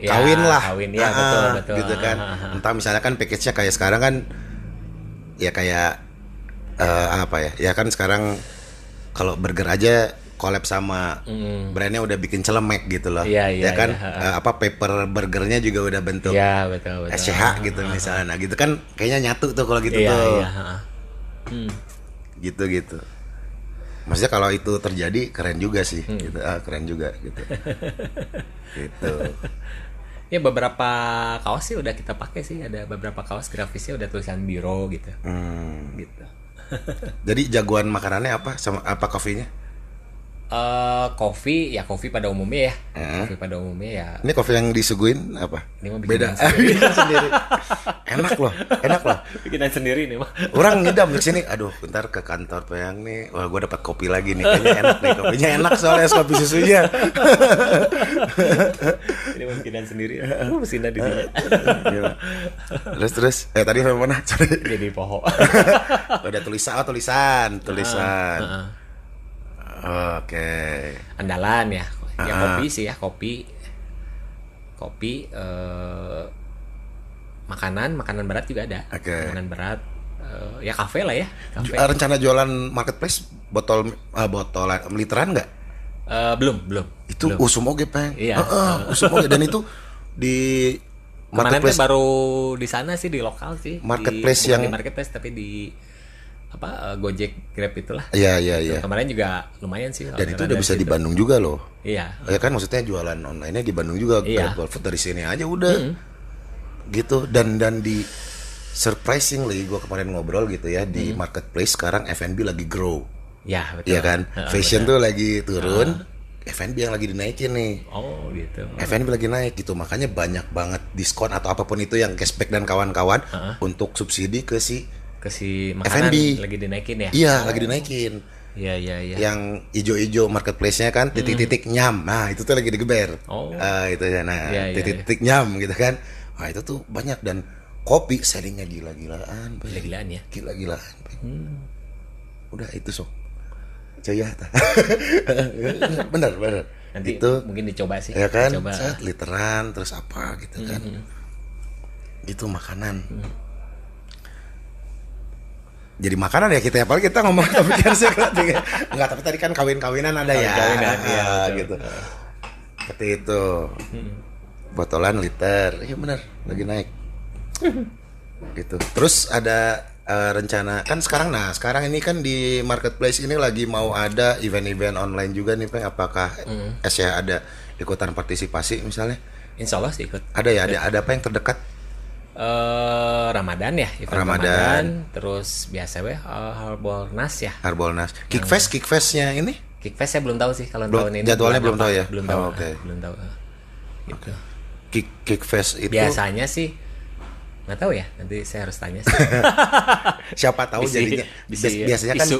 Speaker 1: Ya,
Speaker 2: kawin lah.
Speaker 1: kawin, iya,
Speaker 2: Ah,
Speaker 1: betul, betul.
Speaker 2: Gitu kan.
Speaker 1: Ah, ah,
Speaker 2: Entah misalnya kan package-nya kayak sekarang kan ya kayak eh, apa ya? Ya kan sekarang kalau burger aja collab sama brandnya udah bikin celemek gitu loh.
Speaker 1: Iya, iya,
Speaker 2: ya kan?
Speaker 1: iya.
Speaker 2: Eh, apa paper burgernya juga udah bentuk
Speaker 1: ya betul betul
Speaker 2: SCH gitu misalnya. Nah, gitu kan kayaknya nyatu tuh kalau gitu
Speaker 1: iya
Speaker 2: tuh.
Speaker 1: iya ha. Hmm,
Speaker 2: Gitu gitu. Maksudnya kalau itu terjadi keren juga sih
Speaker 1: Hmm.
Speaker 2: gitu. Ah, keren juga gitu. gitu.
Speaker 1: ya beberapa kaos sih udah kita pakai sih ada beberapa kaos grafisnya udah tulisan biro gitu
Speaker 2: Hmm.
Speaker 1: gitu
Speaker 2: Jadi jagoan makanannya apa sama apa kopinya?
Speaker 1: Eh, kopi ya kopi pada umumnya ya
Speaker 2: Hmm.
Speaker 1: kopi pada umumnya ya
Speaker 2: Ini kopi yang disuguin apa?
Speaker 1: Ini mah bikinan
Speaker 2: Beda. Bikinan sendiri. Enak loh, enak loh.
Speaker 1: bikinan sendiri nih mah
Speaker 2: Orang ngidam di sini. Aduh, bentar ke kantor peyang nih. Wah, gue dapat kopi lagi nih. Kayaknya enak nih kopinya enak soalnya es kopi susunya.
Speaker 1: ini mah bikinan sendiri ya. aku mesin di
Speaker 2: Gila. Iya. terus terus. Eh tadi sampai mana? Sorry.
Speaker 1: jadi poho
Speaker 2: Ada tulisan, oh, tulisan, tulisan.
Speaker 1: Ah,
Speaker 2: Oke.
Speaker 1: andalan ya ya kopi sih ya kopi kopi eh, makanan makanan berat juga ada
Speaker 2: Oke.
Speaker 1: makanan berat eh, ya kafe lah ya kafe
Speaker 2: Ju- eh, Rencana jualan marketplace botol eh, botolan literan nggak?
Speaker 1: Eh, belum belum
Speaker 2: Itu usum oge peng.
Speaker 1: Iya.
Speaker 2: Heeh, usum oge dan itu di
Speaker 1: kemarin tuh
Speaker 2: marketplace
Speaker 1: baru di sana sih di lokal sih Di-
Speaker 2: Marketplace
Speaker 1: bukan
Speaker 2: yang-
Speaker 1: di marketplace tapi di apa eh, Gojek Grab itulah
Speaker 2: Iya iya iya. gitu.
Speaker 1: kemarin juga lumayan sih
Speaker 2: Dan
Speaker 1: orderan
Speaker 2: itu udah
Speaker 1: dari
Speaker 2: bisa di
Speaker 1: situ.
Speaker 2: Bandung juga loh.
Speaker 1: iya
Speaker 2: Ya kan maksudnya jualan online-nya di Bandung juga
Speaker 1: Iya.
Speaker 2: Grab GrabFood dari sini aja udah. Gitu dan dan di surprisingly gue kemarin ngobrol gitu ya di marketplace sekarang F&B lagi grow.
Speaker 1: ya betul
Speaker 2: Iya kan? Fashion tuh lagi turun, F&B yang lagi dinaikin nih.
Speaker 1: oh gitu
Speaker 2: F&B lagi naik gitu. Makanya banyak banget diskon atau apapun itu yang cashback dan kawan-kawan untuk subsidi ke si
Speaker 1: ke si makanan
Speaker 2: F&B.
Speaker 1: lagi dinaikin ya
Speaker 2: Iya, lagi dinaikin.
Speaker 1: iya iya iya
Speaker 2: yang ijo-ijo marketplace-nya kan titik-titik nyam. Nah, itu tuh lagi digeber.
Speaker 1: Oh.
Speaker 2: Ah, itu ya. Nah,
Speaker 1: Iya, iya,
Speaker 2: titik-titik nyam gitu kan. Nah, itu tuh banyak dan kopi sellingnya gila-gilaan, Bang.
Speaker 1: Gila-gilaan ya.
Speaker 2: Gila-gilaan. Bang. Udah itu, Sob. Jaya. bener, bener.
Speaker 1: Nanti
Speaker 2: itu
Speaker 1: mungkin dicoba sih.
Speaker 2: ya Gitu. kan?
Speaker 1: Dicoba.
Speaker 2: Set, literan terus apa gitu kan. Itu makanan. Jadi makanan ya kita ya paling kita ngomong kepikiran sih Enggak, tapi tadi kan kawin-kawinan ada ya.
Speaker 1: Kawin-kawinan, iya,
Speaker 2: Ah,
Speaker 1: betul. Hmm.
Speaker 2: gitu. Seperti itu. Botolan liter. Iya benar, lagi naik. gitu. Terus ada eh, rencana kan sekarang nah sekarang ini kan di marketplace ini lagi mau ada event-event online juga nih Peng apakah
Speaker 1: Hmm.
Speaker 2: SCH ada ikutan partisipasi misalnya
Speaker 1: Insya Allah sih ikut.
Speaker 2: ada ya ada ada apa yang terdekat
Speaker 1: eh Ramadan ya, event
Speaker 2: Ramadan.
Speaker 1: Terus biasa weh eh, Harbolnas ya.
Speaker 2: Harbolnas
Speaker 1: Hmm.
Speaker 2: Kickfest Kickfestnya ini
Speaker 1: Kickfest saya belum tahu sih kalau
Speaker 2: Belum-
Speaker 1: tahun ini. bulan
Speaker 2: jadwalnya belum
Speaker 1: apa.
Speaker 2: tahu ya?
Speaker 1: Belum
Speaker 2: Oh,
Speaker 1: tahu.
Speaker 2: oke.
Speaker 1: Belum tahu. Gitu.
Speaker 2: Kick Kickfest itu
Speaker 1: Biasanya sih nggak tahu ya. Nanti saya harus tanya sih.
Speaker 2: siapa tahu
Speaker 1: Bisi-
Speaker 2: jadinya
Speaker 1: bisi
Speaker 2: Bias-
Speaker 1: ya,
Speaker 2: biasanya kan
Speaker 1: bisu.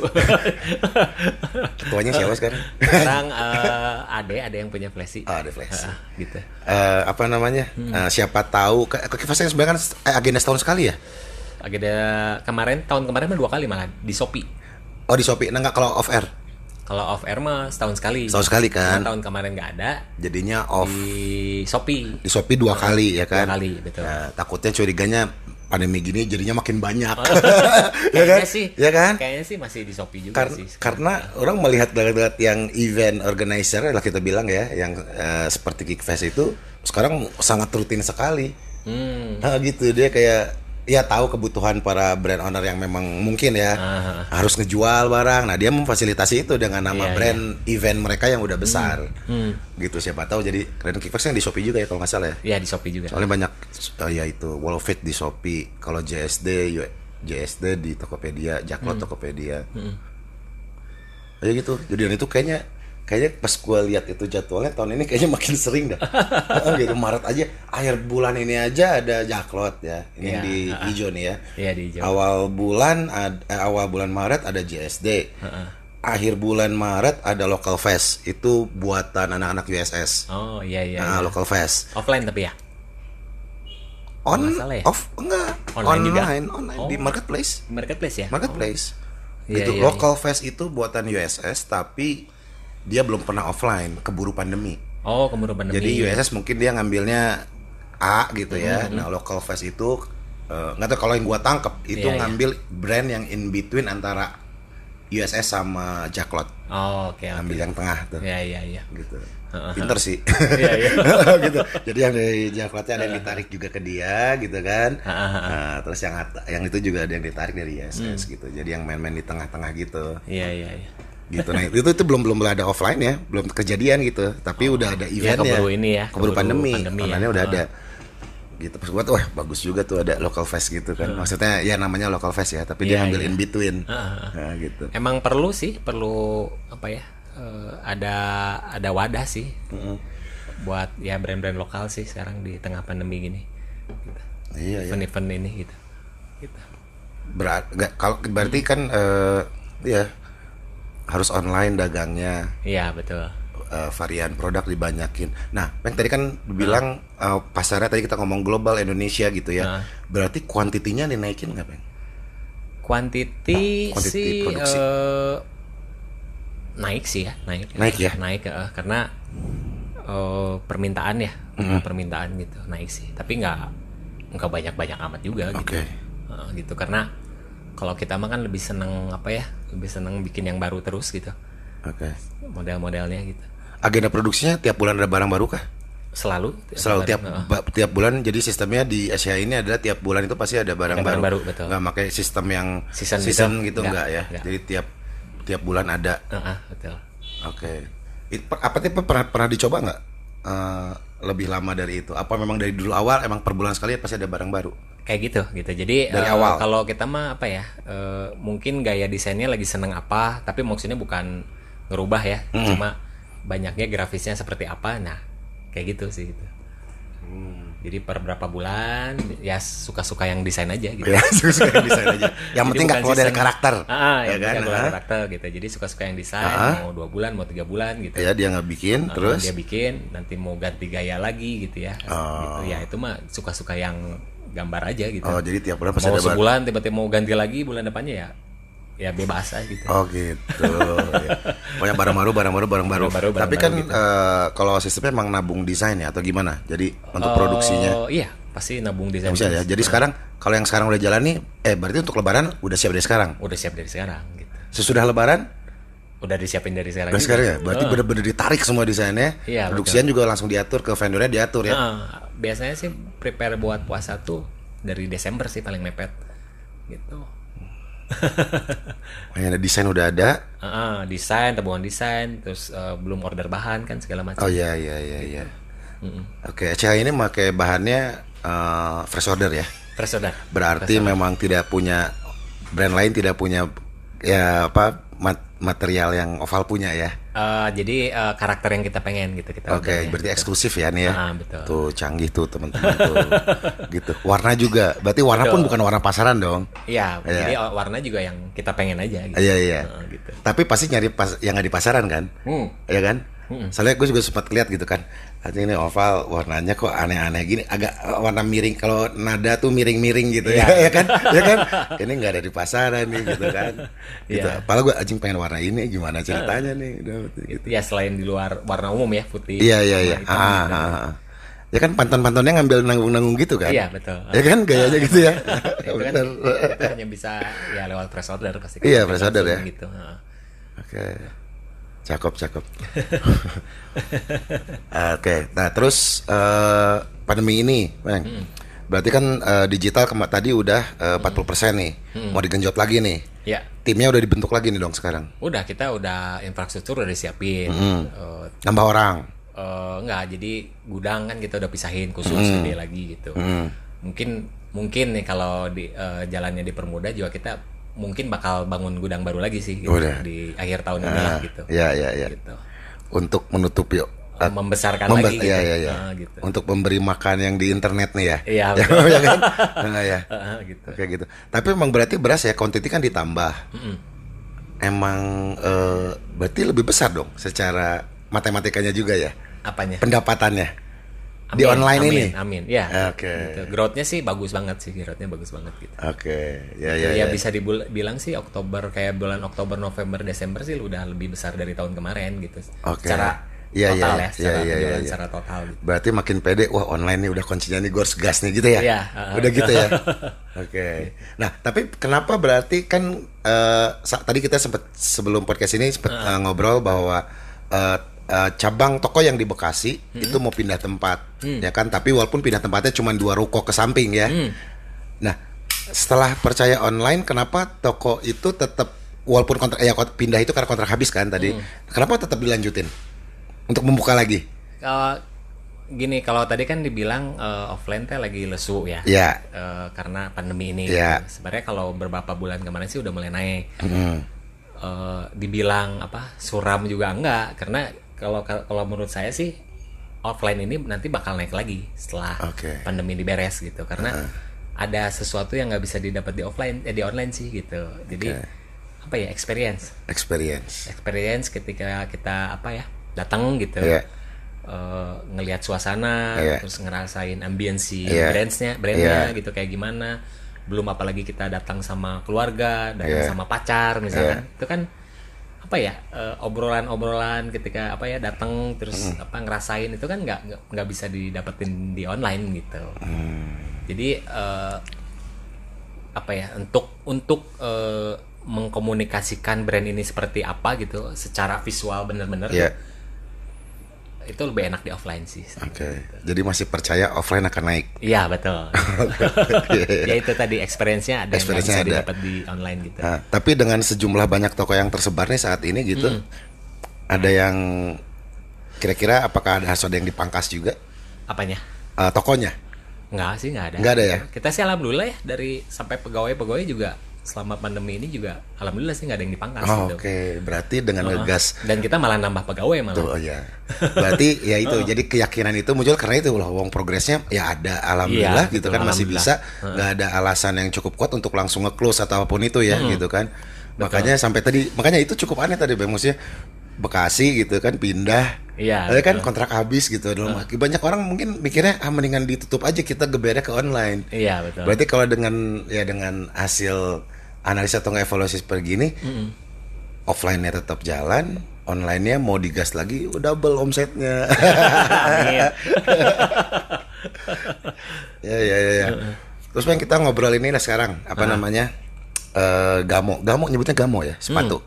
Speaker 2: ketuanya siapa sekarang
Speaker 1: Sekarang eh, ada ada yang punya flashy.
Speaker 2: Oh, ada flash.
Speaker 1: Ah, gitu.
Speaker 2: Eh, apa namanya
Speaker 1: Hmm.
Speaker 2: Eh, siapa tahu ke, ke Kickfest yang sebenarnya kan s- eh, agenda setahun sekali ya
Speaker 1: Agenda kemarin tahun kemarin mah dua kali malah di Shopee.
Speaker 2: oh di Shopee nah nggak kalau off air
Speaker 1: Kalau off air mah setahun sekali.
Speaker 2: Setahun sekali kan?
Speaker 1: Karena tahun kemarin nggak ada
Speaker 2: jadinya off
Speaker 1: di Shopee.
Speaker 2: di Shopee dua kali ya kan
Speaker 1: Dua kali, betul.
Speaker 2: Ya, takutnya curiganya pandemi gini jadinya makin banyak ya
Speaker 1: Kayaknya Iya,
Speaker 2: kan
Speaker 1: sih.
Speaker 2: ya kan
Speaker 1: Kayaknya sih masih di Shopee juga
Speaker 2: Kar-
Speaker 1: sih.
Speaker 2: karena orang melihat delegat yang event organizer lah kita bilang ya yang eh, seperti Geekfest itu sekarang sangat rutin sekali
Speaker 1: Hmm.
Speaker 2: Nah, gitu dia kayak ya tahu kebutuhan para brand owner yang memang mungkin ya harus ngejual barang. Nah, dia memfasilitasi itu dengan nama
Speaker 1: Iya, Hmm.
Speaker 2: brand event mereka yang udah besar. Gitu siapa tahu jadi keren kickbox yang di Shopee juga ya kalau nggak salah
Speaker 1: Ya
Speaker 2: ya.
Speaker 1: di Shopee juga.
Speaker 2: Soalnya banyak eh, ya itu Wall of Fit di Shopee, kalau JSD U- JSD di Tokopedia, Jaklot
Speaker 1: Hmm.
Speaker 2: Tokopedia. Ya gitu. Jadi dan itu kayaknya kayaknya pas gua lihat itu jadwalnya tahun ini kayaknya makin sering dah. Heeh, gitu Maret aja akhir bulan ini aja ada Jaklot ya. Ini
Speaker 1: Iya,
Speaker 2: yang di hijau nih ya.
Speaker 1: Iya, di hijau.
Speaker 2: Awal bulan ad- eh, awal bulan Maret ada JSD. Akhir bulan Maret ada Local Fest. Itu buatan anak-anak USS.
Speaker 1: Oh iya iya. iya.
Speaker 2: Nah, Local Fest
Speaker 1: Offline tapi ya.
Speaker 2: on
Speaker 1: Nggak salah ya?
Speaker 2: off enggak
Speaker 1: Online juga?
Speaker 2: online, online, di marketplace
Speaker 1: Marketplace ya.
Speaker 2: marketplace
Speaker 1: Iya,
Speaker 2: gitu
Speaker 1: iya,
Speaker 2: local fest itu buatan USS tapi dia belum pernah offline keburu pandemi
Speaker 1: Oh keburu pandemi.
Speaker 2: jadi USS mungkin dia ngambilnya A gitu ya
Speaker 1: Hmm,
Speaker 2: nah local fest itu eh, nggak tahu kalau yang gua tangkep itu
Speaker 1: Iya, iya.
Speaker 2: ngambil brand yang in between antara USS sama Jacklot
Speaker 1: Oh oke. oke.
Speaker 2: ambil yang tengah tuh
Speaker 1: Iya iya iya.
Speaker 2: gitu pinter sih
Speaker 1: Iya iya.
Speaker 2: gitu. Jadi yang dari Jakarta ada yang ditarik juga ke dia gitu kan. Nah, terus yang at- yang itu juga ada yang ditarik dari ISS
Speaker 1: Hmm.
Speaker 2: gitu. Jadi yang main-main di tengah-tengah gitu.
Speaker 1: Iya iya. iya.
Speaker 2: Gitu. Nah, itu itu belum belum ada offline ya, belum kejadian gitu. Tapi udah ada eventnya.
Speaker 1: Oh, keburu ini ya,
Speaker 2: Keburu,
Speaker 1: keburu
Speaker 2: pandemi.
Speaker 1: pandemi ya.
Speaker 2: Online-nya udah ada. Gitu. Pas gua tuh wah bagus juga tuh ada local fest gitu kan. Maksudnya ya namanya local fest ya, tapi dia
Speaker 1: Iya,
Speaker 2: ngambil
Speaker 1: iya.
Speaker 2: in between.
Speaker 1: Ah,
Speaker 2: Nah, gitu.
Speaker 1: Emang perlu sih perlu apa ya? eh, ada ada wadah sih. Buat ya brand-brand lokal sih sekarang di tengah pandemi gini. Gitu.
Speaker 2: Iya, iya.
Speaker 1: Event-event ini gitu. Gitu.
Speaker 2: Berat nggak- kalau berarti kan eh, ya harus online dagangnya.
Speaker 1: Iya betul.
Speaker 2: eh, varian produk dibanyakin. Nah, Peng tadi kan bilang eh, pasarnya tadi kita ngomong global Indonesia gitu ya. Berarti kuantitinya dinaikin nggak, Peng?
Speaker 1: Quantity,
Speaker 2: Nah, Quantity
Speaker 1: sih
Speaker 2: produksi.
Speaker 1: eh, naik sih ya, naik.
Speaker 2: Naik ya?
Speaker 1: Naik eh, karena eh, permintaan ya, permintaan gitu naik sih. Tapi nggak nggak banyak-banyak amat juga gitu.
Speaker 2: Oke.
Speaker 1: Eh, gitu karena kalau kita mah kan lebih seneng apa ya? Lebih seneng bikin yang baru terus gitu.
Speaker 2: Oke.
Speaker 1: Model-modelnya gitu.
Speaker 2: Agenda produksinya tiap bulan ada barang baru kah?
Speaker 1: Selalu
Speaker 2: Selalu tiap ba- tiap bulan jadi sistemnya di Asia ini adalah tiap bulan itu pasti ada barang
Speaker 1: Ada
Speaker 2: baru.
Speaker 1: barang baru, betul.
Speaker 2: Nggak pakai sistem yang
Speaker 1: Season
Speaker 2: gitu,
Speaker 1: gitu.
Speaker 2: nggak ya.
Speaker 1: Nggak.
Speaker 2: Jadi tiap tiap bulan ada.
Speaker 1: Eh, eh, betul.
Speaker 2: Oke. It- per- Apa tipe pernah pernah dicoba nggak? eh, lebih lama dari itu. Apa memang dari dulu awal emang per bulan sekali pasti ada barang baru?
Speaker 1: kayak gitu gitu jadi
Speaker 2: Dari
Speaker 1: eh,
Speaker 2: awal.
Speaker 1: kalau kita mah apa ya eh, mungkin gaya desainnya lagi seneng apa tapi maksudnya bukan ngerubah ya
Speaker 2: Hmm.
Speaker 1: cuma banyaknya grafisnya seperti apa nah kayak gitu sih gitu
Speaker 2: Hmm.
Speaker 1: jadi per berapa bulan ya suka suka yang desain aja gitu
Speaker 2: ya suka yang desain aja yang penting nggak keluar dari karakter
Speaker 1: ah,
Speaker 2: ya
Speaker 1: yang penting
Speaker 2: kan
Speaker 1: nggak keluar
Speaker 2: Ah.
Speaker 1: dari karakter gitu jadi suka suka yang desain mau dua bulan mau tiga bulan gitu
Speaker 2: ya dia nggak bikin
Speaker 1: Nah,
Speaker 2: terus
Speaker 1: dia bikin nanti mau ganti gaya lagi gitu ya gitu ya itu mah suka suka yang gambar aja gitu
Speaker 2: oh jadi tiap bulan pasti
Speaker 1: mau
Speaker 2: ada baru
Speaker 1: sebulan tiba-tiba mau ganti lagi bulan depannya ya ya bebas aja gitu
Speaker 2: oh gitu ya. pokoknya barang baru barang baru barang baru
Speaker 1: Barang baru, barang
Speaker 2: tapi
Speaker 1: baru gitu.
Speaker 2: kan eh, kalau sistemnya emang nabung desain ya atau gimana jadi untuk produksinya
Speaker 1: Oh, iya pasti nabung desain
Speaker 2: bisa ya jadi sekarang kalau yang sekarang udah jalan nih eh berarti untuk lebaran udah siap dari sekarang
Speaker 1: udah siap dari sekarang gitu
Speaker 2: sesudah lebaran
Speaker 1: udah disiapin dari sekarang
Speaker 2: dari
Speaker 1: juga.
Speaker 2: sekarang ya berarti bener-bener ditarik semua desainnya ya?
Speaker 1: Iya,
Speaker 2: produksian juga langsung diatur ke vendornya diatur ya
Speaker 1: Heeh. biasanya sih prepare buat puasa tuh dari Desember sih paling mepet gitu
Speaker 2: Yang ada desain udah ada.
Speaker 1: Heeh, desain, tabungan desain, terus eh, belum order bahan kan segala macam.
Speaker 2: Oh iya iya iya
Speaker 1: Gitu.
Speaker 2: iya. Oke, ECH ini pakai bahannya eh, fresh order ya.
Speaker 1: Fresh order.
Speaker 2: Berarti memang tidak punya brand lain tidak punya ya apa mat- material yang oval punya ya.
Speaker 1: Eh, jadi eh, karakter yang kita pengen gitu kita
Speaker 2: Oke,
Speaker 1: ordernya.
Speaker 2: berarti eksklusif ya nih ya.
Speaker 1: Ah, betul.
Speaker 2: Tuh canggih tuh teman-teman tuh. gitu. Warna juga. Berarti warna pun bukan warna pasaran dong.
Speaker 1: Iya,
Speaker 2: Iya.
Speaker 1: jadi eh, warna juga yang kita pengen aja gitu.
Speaker 2: Iya iya.
Speaker 1: Heeh, gitu.
Speaker 2: Tapi pasti nyari pas yang nggak di pasaran kan?
Speaker 1: Hmm.
Speaker 2: Iya kan? Soalnya gue juga sempat lihat gitu kan. Artinya ini oval warnanya kok aneh-aneh gini, agak eh, warna miring kalau nada tuh miring-miring gitu
Speaker 1: Iya.
Speaker 2: ya, ya kan? Ya kan? Ini nggak ada di pasaran nih gitu kan. Gitu.
Speaker 1: Iya. Ah.
Speaker 2: Apalagi gue anjing pengen warna ini gimana ceritanya nih? Udah, gitu.
Speaker 1: Ya selain di luar warna umum ya putih.
Speaker 2: Iya iya
Speaker 1: sama
Speaker 2: iya.
Speaker 1: hitam
Speaker 2: Ah,
Speaker 1: gitu.
Speaker 2: ah, ah. Ya kan pantan-pantannya ngambil nanggung-nanggung gitu kan?
Speaker 1: Iya, betul.
Speaker 2: Ya kan gayanya gitu ya.
Speaker 1: Itu kan
Speaker 2: Bener.
Speaker 1: itu hanya bisa ya lewat press order pasti. kan.
Speaker 2: Iya, press order
Speaker 1: Langsung
Speaker 2: ya.
Speaker 1: Gitu. heeh.
Speaker 2: Oke. Cakep, cakep. Oke. Nah, terus eh, pandemi ini, Bang.
Speaker 1: Hmm.
Speaker 2: Berarti kan eh, digital kema- tadi udah eh, 40% nih.
Speaker 1: Hmm.
Speaker 2: Mau digenjot lagi nih.
Speaker 1: Ya,
Speaker 2: Timnya udah dibentuk lagi nih dong sekarang.
Speaker 1: udah kita udah infrastruktur udah disiapin.
Speaker 2: Mm-hmm.
Speaker 1: Eh,
Speaker 2: Nambah orang.
Speaker 1: eh enggak jadi gudang kan kita udah pisahin khusus
Speaker 2: Hmm.
Speaker 1: gede lagi gitu mungkin mungkin nih kalau di eh, jalannya dipermudah juga kita mungkin bakal bangun gudang baru lagi sih gitu,
Speaker 2: Udah.
Speaker 1: di akhir tahun ini lah gitu
Speaker 2: Ya, ya, ya.
Speaker 1: gitu
Speaker 2: Untuk menutup yuk.
Speaker 1: Eh, membesarkan
Speaker 2: Membe-
Speaker 1: lagi gitu,
Speaker 2: ya, ya, ya.
Speaker 1: Ah, gitu
Speaker 2: Untuk memberi makan yang di internet nih ya.
Speaker 1: Iya,
Speaker 2: ya,
Speaker 1: betul.
Speaker 2: ya kan? Nah, ya.
Speaker 1: Ah, gitu
Speaker 2: Oke gitu. Tapi emang berarti beras ya quantity kan ditambah. Emang eh, berarti lebih besar dong secara matematikanya juga ya
Speaker 1: apanya
Speaker 2: pendapatannya
Speaker 1: Amin,
Speaker 2: di online
Speaker 1: amin,
Speaker 2: ini. Ah.
Speaker 1: amin ya
Speaker 2: Oke.
Speaker 1: gitu. growthnya sih bagus banget sih growthnya bagus banget gitu
Speaker 2: Oke, ya ya.
Speaker 1: ya,
Speaker 2: ya.
Speaker 1: bisa dibilang sih Oktober kayak bulan Oktober November Desember sih udah lebih besar dari tahun kemarin gitu.
Speaker 2: Oke.
Speaker 1: Secara
Speaker 2: Iya,
Speaker 1: total
Speaker 2: iya,
Speaker 1: ya, secara
Speaker 2: iya, iya,
Speaker 1: penjualan
Speaker 2: iya.
Speaker 1: secara total gitu.
Speaker 2: Berarti makin pede, wah online nih udah kuncinya nih gue harus gas nih gitu ya.
Speaker 1: Iya, uh-uh.
Speaker 2: Udah gitu ya. Oke. Nah, tapi kenapa berarti kan eh, sa- tadi kita sempat sebelum podcast ini sempat eh, ngobrol bahwa eh, eh, cabang toko yang di Bekasi itu mau pindah tempat, ya kan? Tapi walaupun pindah tempatnya cuma dua ruko ke samping ya. Nah, setelah percaya online, kenapa toko itu tetap walaupun kontrak ya kont- pindah itu karena kontrak habis kan tadi, kenapa tetap dilanjutin untuk membuka lagi?
Speaker 1: Kalau gini kalau tadi kan dibilang eh, offline teh lagi lesu ya.
Speaker 2: Ya.
Speaker 1: Eh, karena pandemi ini.
Speaker 2: Iya.
Speaker 1: gitu. Sebenarnya kalau beberapa bulan kemarin sih udah mulai naik. Eh, dibilang apa suram juga enggak karena kalau kalau menurut saya sih offline ini nanti bakal naik lagi setelah
Speaker 2: Oke.
Speaker 1: pandemi ini beres gitu karena ada sesuatu yang nggak bisa didapat di offline eh, di online sih gitu. Jadi apa ya experience
Speaker 2: Experience.
Speaker 1: experience ketika kita apa ya datang gitu
Speaker 2: Iya.
Speaker 1: Eh, ngelihat suasana
Speaker 2: Iya.
Speaker 1: terus ngerasain ambiensi
Speaker 2: Iya.
Speaker 1: brandsnya brandnya
Speaker 2: Iya.
Speaker 1: gitu kayak gimana belum apalagi kita datang sama keluarga
Speaker 2: Iya.
Speaker 1: datang sama pacar misalkan itu kan apa ya eh, obrolan-obrolan ketika apa ya datang terus apa ngerasain itu kan nggak nggak- nggak bisa didapetin di online gitu jadi eh, apa ya untuk untuk eh, mengkomunikasikan brand ini seperti apa gitu secara visual bener-bener
Speaker 2: Ya,
Speaker 1: itu lebih enak di offline sih
Speaker 2: oke. Jadi masih percaya offline akan naik.
Speaker 1: iya betul ya itu tadi experience-nya ada yang nggak
Speaker 2: Iya. Experience-nya
Speaker 1: bisa
Speaker 2: ada.
Speaker 1: didapat di online gitu
Speaker 2: Nah, tapi dengan sejumlah banyak toko yang tersebar nih saat ini gitu, ada yang kira-kira apakah ada harus ada yang dipangkas juga
Speaker 1: apanya
Speaker 2: Eh, tokonya?
Speaker 1: nggak sih nggak ada
Speaker 2: Nggak ada ya?
Speaker 1: kita sih alhamdulillah ya dari sampai pegawai-pegawai juga selama pandemi ini juga alhamdulillah sih nggak ada yang dipangkas
Speaker 2: Oh,
Speaker 1: gitu
Speaker 2: Oke, berarti dengan ngegas
Speaker 1: dan kita malah nambah pegawai malah
Speaker 2: Tuh, oh ya. Berarti ya itu. Jadi keyakinan itu muncul karena itu loh wong progresnya ya ada alhamdulillah
Speaker 1: Iya, betul,
Speaker 2: gitu kan masih bisa
Speaker 1: alhamdulillah.
Speaker 2: nggak ada alasan yang cukup kuat untuk langsung nge-close atau apapun itu ya
Speaker 1: Hmm.
Speaker 2: gitu kan. Makanya sampai tadi makanya itu cukup aneh tadi Bang maksudnya Bekasi gitu kan pindah.
Speaker 1: Iya,
Speaker 2: Tapi kan kontrak habis gitu dalam banyak orang mungkin mikirnya ah mendingan ditutup aja kita gebernya ke online.
Speaker 1: iya betul
Speaker 2: Berarti kalau dengan ya dengan hasil analisa atau nggak evaluasi seperti ini, offline-nya tetap jalan, online-nya mau digas lagi, oh, double omsetnya.
Speaker 1: Amin.
Speaker 2: ya ya ya. ya. Terus pengen kita ngobrol ini lah sekarang apa
Speaker 1: Ah.
Speaker 2: namanya Eh, gamo, gamo nyebutnya gamo ya sepatu,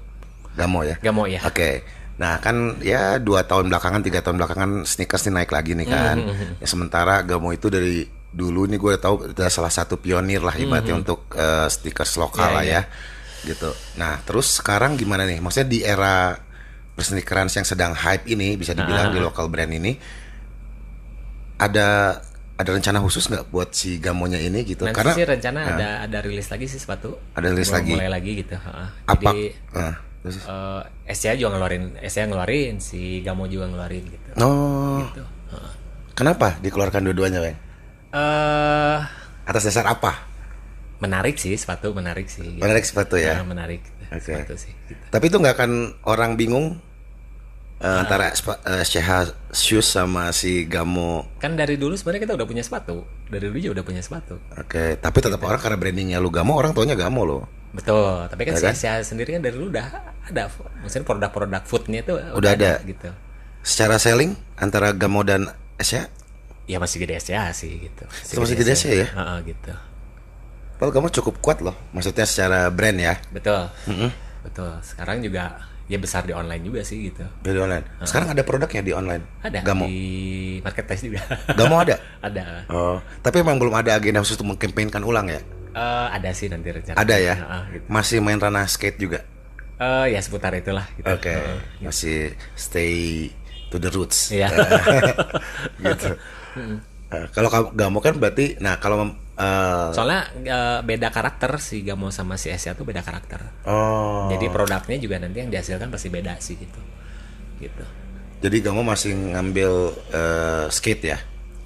Speaker 2: gamo ya.
Speaker 1: Mm. Gamo, ya.
Speaker 2: Oke. Nah kan ya dua tahun belakangan tiga tahun belakangan sneakers nih naik lagi nih kan.
Speaker 1: Hmm,
Speaker 2: Ya, sementara Gamo itu dari
Speaker 1: Hmm,
Speaker 2: dulu nih gue tahu udah salah satu pionir lah ibaratnya untuk eh, sneakers lokal
Speaker 1: Iya,
Speaker 2: lah
Speaker 1: iya.
Speaker 2: ya. gitu. Nah, terus sekarang gimana nih? Maksudnya di era persnikeran yang sedang hype ini bisa dibilang
Speaker 1: Ah.
Speaker 2: di lokal brand ini ada ada rencana khusus nggak buat si gamonya ini gitu?
Speaker 1: Nanti
Speaker 2: Karena
Speaker 1: sih rencana ada ada rilis lagi sih sepatu.
Speaker 2: Ada rilis
Speaker 1: mulai,
Speaker 2: lagi?
Speaker 1: Mulai lagi gitu. ha.
Speaker 2: apa?
Speaker 1: Jadi
Speaker 2: Nah, terus-
Speaker 1: eh, SCA juga ngeluarin, SCA ngeluarin, si Gamo juga ngeluarin gitu.
Speaker 2: oh,
Speaker 1: Gitu. Ha.
Speaker 2: kenapa dikeluarkan dua-duanya, Bang?
Speaker 1: Eh,
Speaker 2: Atas dasar apa?
Speaker 1: menarik sih sepatu, menarik sih. gitu.
Speaker 2: Menarik sepatu ya.
Speaker 1: Ha, menarik
Speaker 2: Oke.
Speaker 1: sepatu sih. gitu.
Speaker 2: Tapi itu nggak akan orang bingung eh, antara spa- eh, SCH shoes sama si Gamo.
Speaker 1: Kan dari dulu sebenarnya kita udah punya sepatu, dari dulu juga udah punya sepatu.
Speaker 2: Oke, tapi tetap orang karena brandingnya lu Gamo, orang taunya Gamo loh.
Speaker 1: Betul, tapi kan
Speaker 2: Ya
Speaker 1: si
Speaker 2: kan?
Speaker 1: Asia sendiri kan dari dulu udah ada, maksudnya produk-produk foodnya itu
Speaker 2: Udah ada.
Speaker 1: gitu.
Speaker 2: Secara selling antara Gamo dan SCH,
Speaker 1: Ya masih gede Asia sih gitu.
Speaker 2: Masih gede SCA ya?
Speaker 1: Heeh, gitu.
Speaker 2: Kalau Gamo cukup kuat loh, maksudnya secara brand ya.
Speaker 1: Betul. Betul. Sekarang juga ya besar di online juga sih gitu.
Speaker 2: Dari online. Sekarang ada produknya di online.
Speaker 1: Ada
Speaker 2: Gamo.
Speaker 1: di marketplace juga.
Speaker 2: Gamo ada.
Speaker 1: ada.
Speaker 2: Oh, tapi emang belum ada agenda khusus untuk mengkampanyekan ulang ya?
Speaker 1: Eh, ada sih nanti rencana.
Speaker 2: Ada ya.
Speaker 1: Heeh, gitu.
Speaker 2: Masih main ranah skate juga.
Speaker 1: Eh, ya seputar itulah gitu.
Speaker 2: Oke,
Speaker 1: Heeh.
Speaker 2: masih stay to the roots.
Speaker 1: Iya.
Speaker 2: gitu. Eh, Kalau kamu Gamo kan berarti, nah kalau mem- eh,
Speaker 1: Soalnya eh, beda karakter si Gamo sama si Asia tuh beda karakter.
Speaker 2: oh,
Speaker 1: Jadi produknya juga nanti yang dihasilkan pasti beda sih gitu. Gitu.
Speaker 2: jadi Gamo masih ngambil eh, skate ya?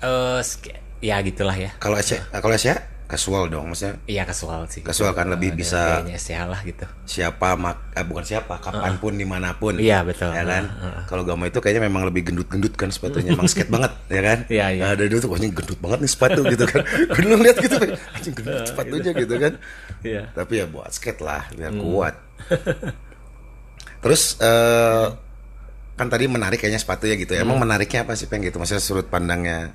Speaker 1: Eh, sk- ya gitulah ya.
Speaker 2: Kalau Asia, eh, kalau Asia casual dong, maksudnya
Speaker 1: Iya kasual sih.
Speaker 2: Kasual kan
Speaker 1: Ada
Speaker 2: lebih bisa-
Speaker 1: gayanya Asia lah gitu.
Speaker 2: siapa mak, eh, bukan siapa, kapanpun dimanapun.
Speaker 1: Iya, betul.
Speaker 2: Ya kan?
Speaker 1: Heeh,
Speaker 2: Kalau Gamo itu kayaknya memang lebih gendut-gendut kan sepatunya, emang skate banget, ya kan?
Speaker 1: Iya, iya.
Speaker 2: Nah, dari dulu tuh pokoknya gendut banget nih sepatu gitu kan. Gue dulu lihat gitu, kayak, anjing gendut sepatunya gitu kan.
Speaker 1: Iya.
Speaker 2: Tapi ya buat skate lah, biar
Speaker 1: Hmm.
Speaker 2: kuat. Terus eh, kan tadi menarik kayaknya sepatunya gitu. ya.
Speaker 1: Hmm.
Speaker 2: Emang menariknya apa sih peng gitu? Maksudnya sudut pandangnya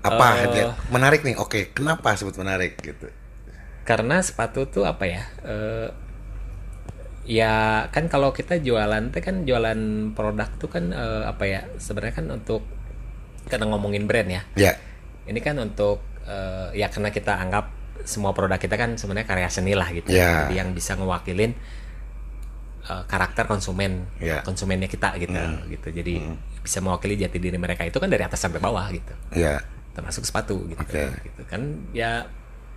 Speaker 1: Eh.
Speaker 2: apa? Dia- menarik nih. Oke, kenapa sebut menarik gitu?
Speaker 1: Karena sepatu tuh apa ya? eh, ya kan kalau kita jualan tuh kan jualan produk tuh kan eh, apa ya? Sebenarnya kan untuk karena ngomongin brand ya.
Speaker 2: Ya,
Speaker 1: Ini kan untuk eh, ya karena kita anggap semua produk kita kan sebenarnya karya seni lah gitu.
Speaker 2: Iya.
Speaker 1: Jadi yang bisa ngewakilin eh, karakter konsumen
Speaker 2: Iya.
Speaker 1: konsumennya kita gitu gitu. Jadi bisa mewakili jati diri mereka itu kan dari atas sampai bawah gitu.
Speaker 2: ya.
Speaker 1: termasuk sepatu gitu,
Speaker 2: Oke.
Speaker 1: gitu kan ya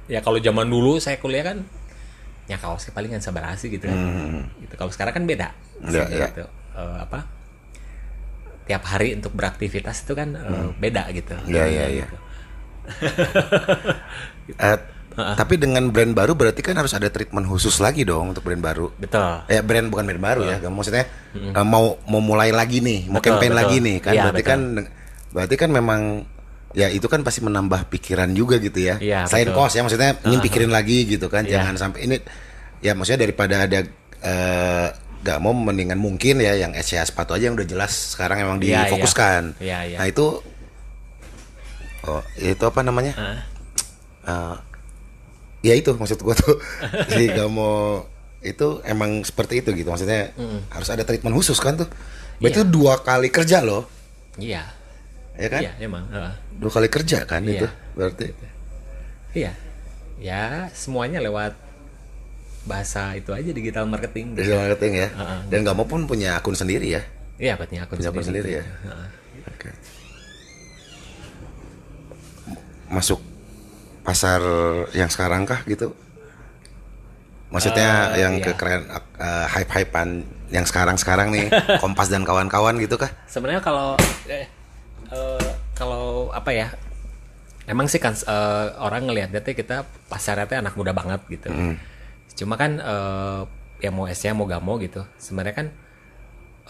Speaker 1: ya kalau zaman dulu saya kuliah kan ya kaosnya palingan sabarasi gitu kan gitu kalau sekarang kan beda
Speaker 2: Hmm.
Speaker 1: Maksudnya
Speaker 2: Iya, iya.
Speaker 1: gitu, eh, apa tiap hari untuk beraktivitas itu kan eh, beda gitu
Speaker 2: Iya, iya, iya.
Speaker 1: Gitu.
Speaker 2: Eh, Tapi dengan brand baru berarti kan harus ada treatment khusus lagi dong untuk brand baru.
Speaker 1: betul
Speaker 2: Eh brand bukan brand baru ya. Maksudnya eh, mau mau mulai lagi nih, mau
Speaker 1: Iya. Betul,
Speaker 2: campaign
Speaker 1: betul.
Speaker 2: lagi nih kan.
Speaker 1: Iya,
Speaker 2: berarti
Speaker 1: betul.
Speaker 2: kan berarti kan memang ya itu kan pasti menambah pikiran juga gitu ya.
Speaker 1: Iya,
Speaker 2: Selain
Speaker 1: betul.
Speaker 2: kos ya maksudnya ini pikirin lagi gitu kan.
Speaker 1: Iya.
Speaker 2: Jangan sampai ini ya maksudnya daripada ada eh, gak mau mendingan mungkin ya yang SCA sepatu aja yang udah jelas sekarang emang
Speaker 1: Iya, iya.
Speaker 2: difokuskan.
Speaker 1: Iya, iya.
Speaker 2: Nah, itu Oh, itu apa namanya? Eh, ya itu maksud gua tuh. si Gamo itu emang seperti itu gitu. Maksudnya harus ada treatment khusus kan tuh. Berarti itu dua kali kerja loh,
Speaker 1: iya
Speaker 2: ya kan?
Speaker 1: iya emang heeh.
Speaker 2: Dua kali kerja kan
Speaker 1: Iya.
Speaker 2: itu. Berarti
Speaker 1: iya ya semuanya lewat bahasa itu aja digital marketing gitu.
Speaker 2: digital marketing ya. Dan Gamo pun punya akun sendiri ya.
Speaker 1: iya buatnya aku
Speaker 2: Punya akun sendiri ya.
Speaker 1: gitu. Heeh.
Speaker 2: Oke. Masuk pasar yang sekarang kah gitu? Maksudnya
Speaker 1: Eh,
Speaker 2: yang
Speaker 1: iya.
Speaker 2: kekeren hype-hypean yang sekarang-sekarang nih, Kompas dan kawan-kawan gitu kah?
Speaker 1: sebenarnya kalau eh, eh, kalau apa ya emang sih kan eh, orang ngelihatnya tuh kita pasarnya tuh anak muda banget gitu cuma kan eh, ya mau esnya mau gak mau gitu sebenarnya kan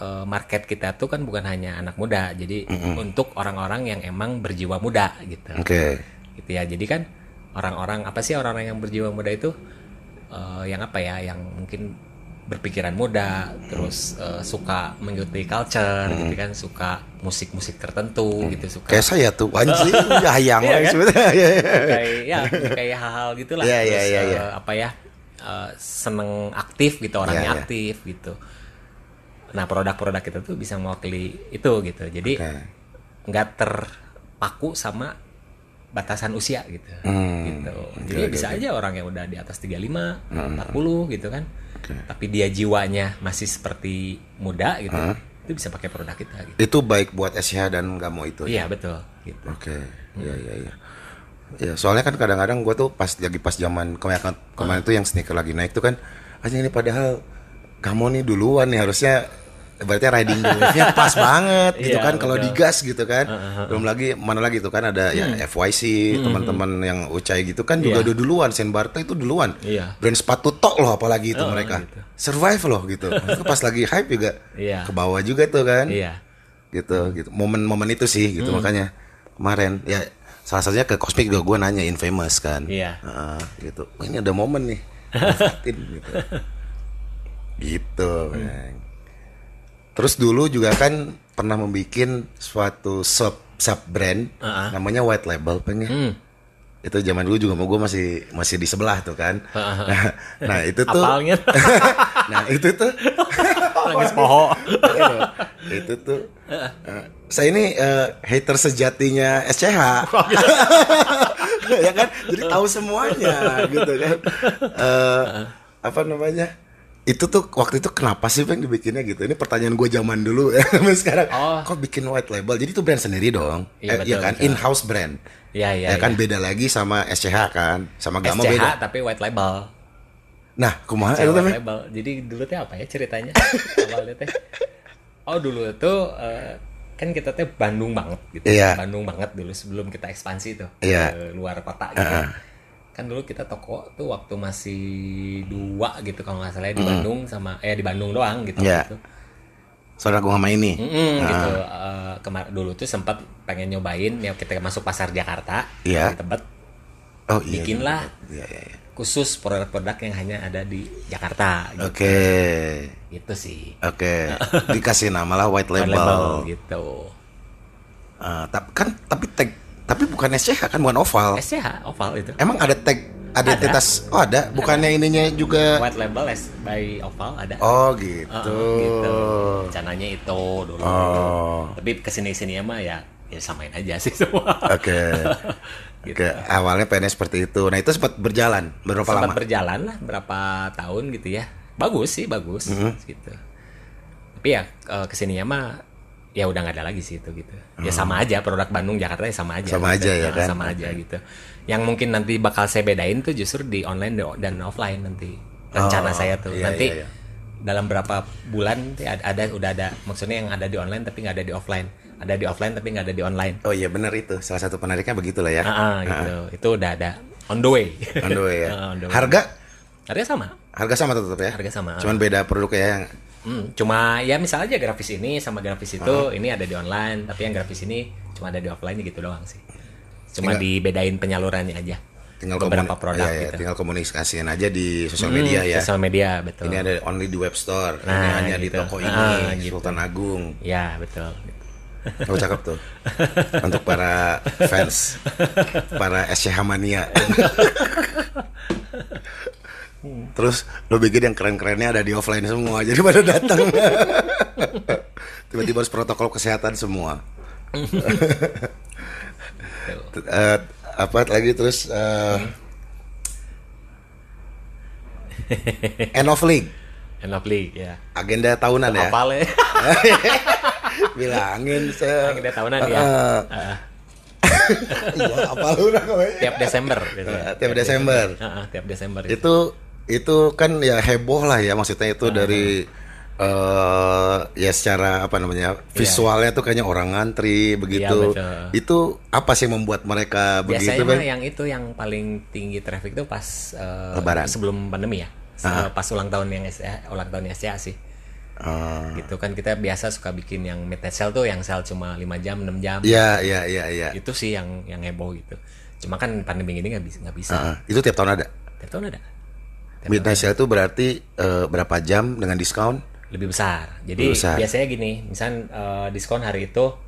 Speaker 1: eh, market kita tuh kan bukan hanya anak muda jadi untuk orang-orang yang emang berjiwa muda gitu
Speaker 2: Oke.
Speaker 1: gitu ya jadi kan orang-orang apa sih orang-orang yang berjiwa muda itu eh, yang apa ya yang mungkin berpikiran muda terus eh, suka mengikuti culture gitu kan suka musik-musik tertentu gitu suka
Speaker 2: Kayak saya tuh anjing hayang
Speaker 1: Iya,
Speaker 2: lah
Speaker 1: kan?
Speaker 2: sebetulnya. Iya, iya.
Speaker 1: kayak ya kayak hal-hal gitulah
Speaker 2: Iya,
Speaker 1: terus
Speaker 2: iya, iya,
Speaker 1: eh,
Speaker 2: iya.
Speaker 1: apa ya eh, seneng aktif gitu orangnya
Speaker 2: Iya, iya.
Speaker 1: aktif gitu nah produk-produk kita tuh bisa mewakili itu gitu jadi
Speaker 2: Oke.
Speaker 1: nggak terpaku sama batasan usia gitu.
Speaker 2: Hmm,
Speaker 1: gitu.
Speaker 2: oke,
Speaker 1: Jadi
Speaker 2: oke,
Speaker 1: bisa
Speaker 2: oke. Hmm.
Speaker 1: aja orang yang udah di atas 35, 40 gitu kan. Tapi dia jiwanya masih seperti muda gitu.
Speaker 2: Hmm.
Speaker 1: Itu bisa pakai produk kita gitu.
Speaker 2: Itu baik buat SH dan nggak mau itu.
Speaker 1: Iya, betul gitu.
Speaker 2: Oke, iya iya iya. Ya, soalnya kan kadang-kadang gue tuh pas lagi pas zaman kemarin kemarin tuh yang sneaker lagi naik tuh kan anjing ini padahal kamu nih duluan nih harusnya berarti riding the wave-nya pas banget gitu
Speaker 1: Iya,
Speaker 2: kan kalau
Speaker 1: betul. Hmm.
Speaker 2: digas gitu kan. Belum lagi mana lagi tuh kan ada ya FYC teman-teman yang Ucai gitu kan juga
Speaker 1: Iya.
Speaker 2: udah duluan Sen Barta itu duluan.
Speaker 1: Iya.
Speaker 2: Brand sepatu tok loh apalagi itu
Speaker 1: Oh,
Speaker 2: mereka.
Speaker 1: gitu.
Speaker 2: Survive loh gitu. Itu pas lagi hype juga
Speaker 1: Iya.
Speaker 2: ke bawah juga tuh kan
Speaker 1: Iya.
Speaker 2: gitu gitu momen-momen itu sih gitu makanya kemarin ya salah satunya ke Cosmic juga gue nanya infamous kan
Speaker 1: Iya.
Speaker 2: Heeh, gitu Wah, ini ada momen nih manfaatin gitu gitu Bang. terus dulu juga kan pernah membuat suatu sub sub brand namanya white label pengen itu zaman dulu juga mau gue masih masih di sebelah tuh kan nah, nah itu tuh
Speaker 1: Apalnya
Speaker 2: nah itu tuh
Speaker 1: nangis poho.
Speaker 2: Aduh, itu tuh Eh, saya ini eh, hater sejatinya SCH
Speaker 1: Oh, gitu.
Speaker 2: ya kan jadi tahu semuanya gitu kan Eh, apa namanya itu tuh waktu itu kenapa sih Bang dibikinnya gitu ini pertanyaan gue zaman dulu ya Sampai sekarang
Speaker 1: Oh.
Speaker 2: kok bikin white label jadi itu brand sendiri dong
Speaker 1: Iya,
Speaker 2: Eh, iya
Speaker 1: betul,
Speaker 2: kan
Speaker 1: betul.
Speaker 2: in house brand
Speaker 1: Iya, iya.
Speaker 2: ya kan beda lagi sama SCH kan sama Gamo
Speaker 1: SCH
Speaker 2: beda
Speaker 1: tapi white label.
Speaker 2: nah kumaha
Speaker 1: Cewek
Speaker 2: itu teh, Bang?
Speaker 1: label. Jadi dulu teh apa ya ceritanya? Awalnya teh. Oh dulu tuh eh, kan kita teh Bandung banget gitu.
Speaker 2: Iya.
Speaker 1: Bandung banget dulu sebelum kita ekspansi tuh
Speaker 2: Iya. Ah,
Speaker 1: ke luar kota gitu. Kan dulu kita toko tuh waktu masih dua gitu kalau nggak salah ya, di Bandung sama eh di Bandung doang gitu.
Speaker 2: Iya. Ah.
Speaker 1: gitu.
Speaker 2: saudara gue sama ini
Speaker 1: Mm-mm, gitu. Eh, kemar- dulu tuh sempat pengen nyobain ya kita masuk pasar Jakarta
Speaker 2: Iya.
Speaker 1: di Tebet
Speaker 2: oh iya
Speaker 1: Bikinlah.
Speaker 2: iya iya iya.
Speaker 1: khusus produk-produk yang hanya ada di Jakarta gitu,
Speaker 2: oke
Speaker 1: gitu sih.
Speaker 2: Oke, dikasih nama lah white
Speaker 1: White
Speaker 2: label. Oh.
Speaker 1: gitu.
Speaker 2: Eh, tapi kan tapi tag tapi bukan SCH kan bukan oval.
Speaker 1: SCH ya, oval itu.
Speaker 2: Emang ada tag ada identitas oh ada bukannya ininya juga
Speaker 1: White label S by oval ada.
Speaker 2: oh gitu.
Speaker 1: Heeh, gitu. Rencananya itu dulu.
Speaker 2: Oh.
Speaker 1: Tapi kesini sininya mah ya ya samain aja sih semua.
Speaker 2: Oke.
Speaker 1: Gitu.
Speaker 2: Oke, awalnya pengen seperti itu. Nah, itu sempat berjalan berapa
Speaker 1: Sempat
Speaker 2: lama?
Speaker 1: berjalan lah berapa tahun gitu ya. Bagus sih bagus
Speaker 2: Mm-hmm.
Speaker 1: gitu. Tapi ya eh, kesininya mah ya udah nggak ada lagi sih itu gitu. Ya sama aja produk Bandung Jakarta ya sama aja.
Speaker 2: Oh. Sama aja ya
Speaker 1: Nah,
Speaker 2: kan?
Speaker 1: Sama aja gitu. Yang mungkin nanti bakal saya bedain tuh justru di online do- dan offline nanti rencana
Speaker 2: Oh,
Speaker 1: saya tuh
Speaker 2: iya,
Speaker 1: nanti.
Speaker 2: iya, iya.
Speaker 1: Dalam berapa bulan nanti ada, ada udah ada maksudnya yang ada di online tapi nggak ada di offline, ada di offline tapi nggak ada di online.
Speaker 2: Oh iya benar itu. Salah satu penariknya begitulah
Speaker 1: Ah,
Speaker 2: ya.
Speaker 1: ah, gitu, itu udah ada on the way.
Speaker 2: On the way ya.
Speaker 1: Ah, on the way.
Speaker 2: Harga
Speaker 1: Harga sama.
Speaker 2: harga sama tetap ya.
Speaker 1: Harga sama. ah.
Speaker 2: Cuman beda produknya ya. yang-
Speaker 1: Hmm, cuma ya misalnya aja grafis ini sama grafis itu ini ada di online tapi yang grafis ini cuma ada di offline gitu doang sih cuma
Speaker 2: Tinggal-
Speaker 1: dibedain penyalurannya aja
Speaker 2: tinggal
Speaker 1: beberapa
Speaker 2: komuni-
Speaker 1: produk
Speaker 2: iya, iya,
Speaker 1: gitu Hmm, iya,
Speaker 2: Tinggal komunikasiin aja di sosial media ya.
Speaker 1: sosial media betul
Speaker 2: Ini ada only di web store,
Speaker 1: Gitu.
Speaker 2: ini
Speaker 1: Nah,
Speaker 2: hanya di
Speaker 1: gitu.
Speaker 2: toko ini,
Speaker 1: Ah, gitu.
Speaker 2: Sultan Agung.
Speaker 1: ya betul gitu.
Speaker 2: Oh cakep tuh. Untuk para fans, para SCH mania. Terus lo bikin yang keren-kerennya ada di offline semua, jadi pada datang. Tiba-tiba harus protokol kesehatan semua. T- eh, apa lagi terus eh, end of league
Speaker 1: and lovely ya
Speaker 2: agenda tahunan ya
Speaker 1: apa le
Speaker 2: bilangin saya
Speaker 1: Agenda tahunan ya.
Speaker 2: Heeh.
Speaker 1: Heeh.
Speaker 2: Iya, apa lu udah namanya?
Speaker 1: tiap Desember gitu.
Speaker 2: Tiap Desember.
Speaker 1: Heeh, tiap Desember gitu. itu
Speaker 2: itu itu kan ya heboh lah ya maksudnya itu dari eh ya secara apa namanya visualnya tuh kayaknya orang ngantri begitu
Speaker 1: Iya. betul.
Speaker 2: itu apa sih yang membuat mereka
Speaker 1: biasanya ya.
Speaker 2: begitu
Speaker 1: mah
Speaker 2: Bang?
Speaker 1: yang itu yang paling tinggi traffic tuh pas eh,
Speaker 2: Lebaran.
Speaker 1: sebelum pandemi ya Se- pas ulang tahun yang SCA, ulang tahun SCA sih
Speaker 2: Eh,
Speaker 1: gitu kan kita biasa suka bikin yang meted sale tuh yang sel cuma 5 jam 6 jam
Speaker 2: Iya, iya, iya, iya.
Speaker 1: itu sih yang yang heboh gitu cuma kan pandemi ini nggak bisa nggak bisa
Speaker 2: Heeh, itu tiap tahun ada.
Speaker 1: tiap tahun ada Tiap
Speaker 2: Midnight sale itu berarti eh, berapa jam dengan diskon?
Speaker 1: tahun lebih besar jadi
Speaker 2: Lebih besar.
Speaker 1: biasanya gini misal eh, diskon hari itu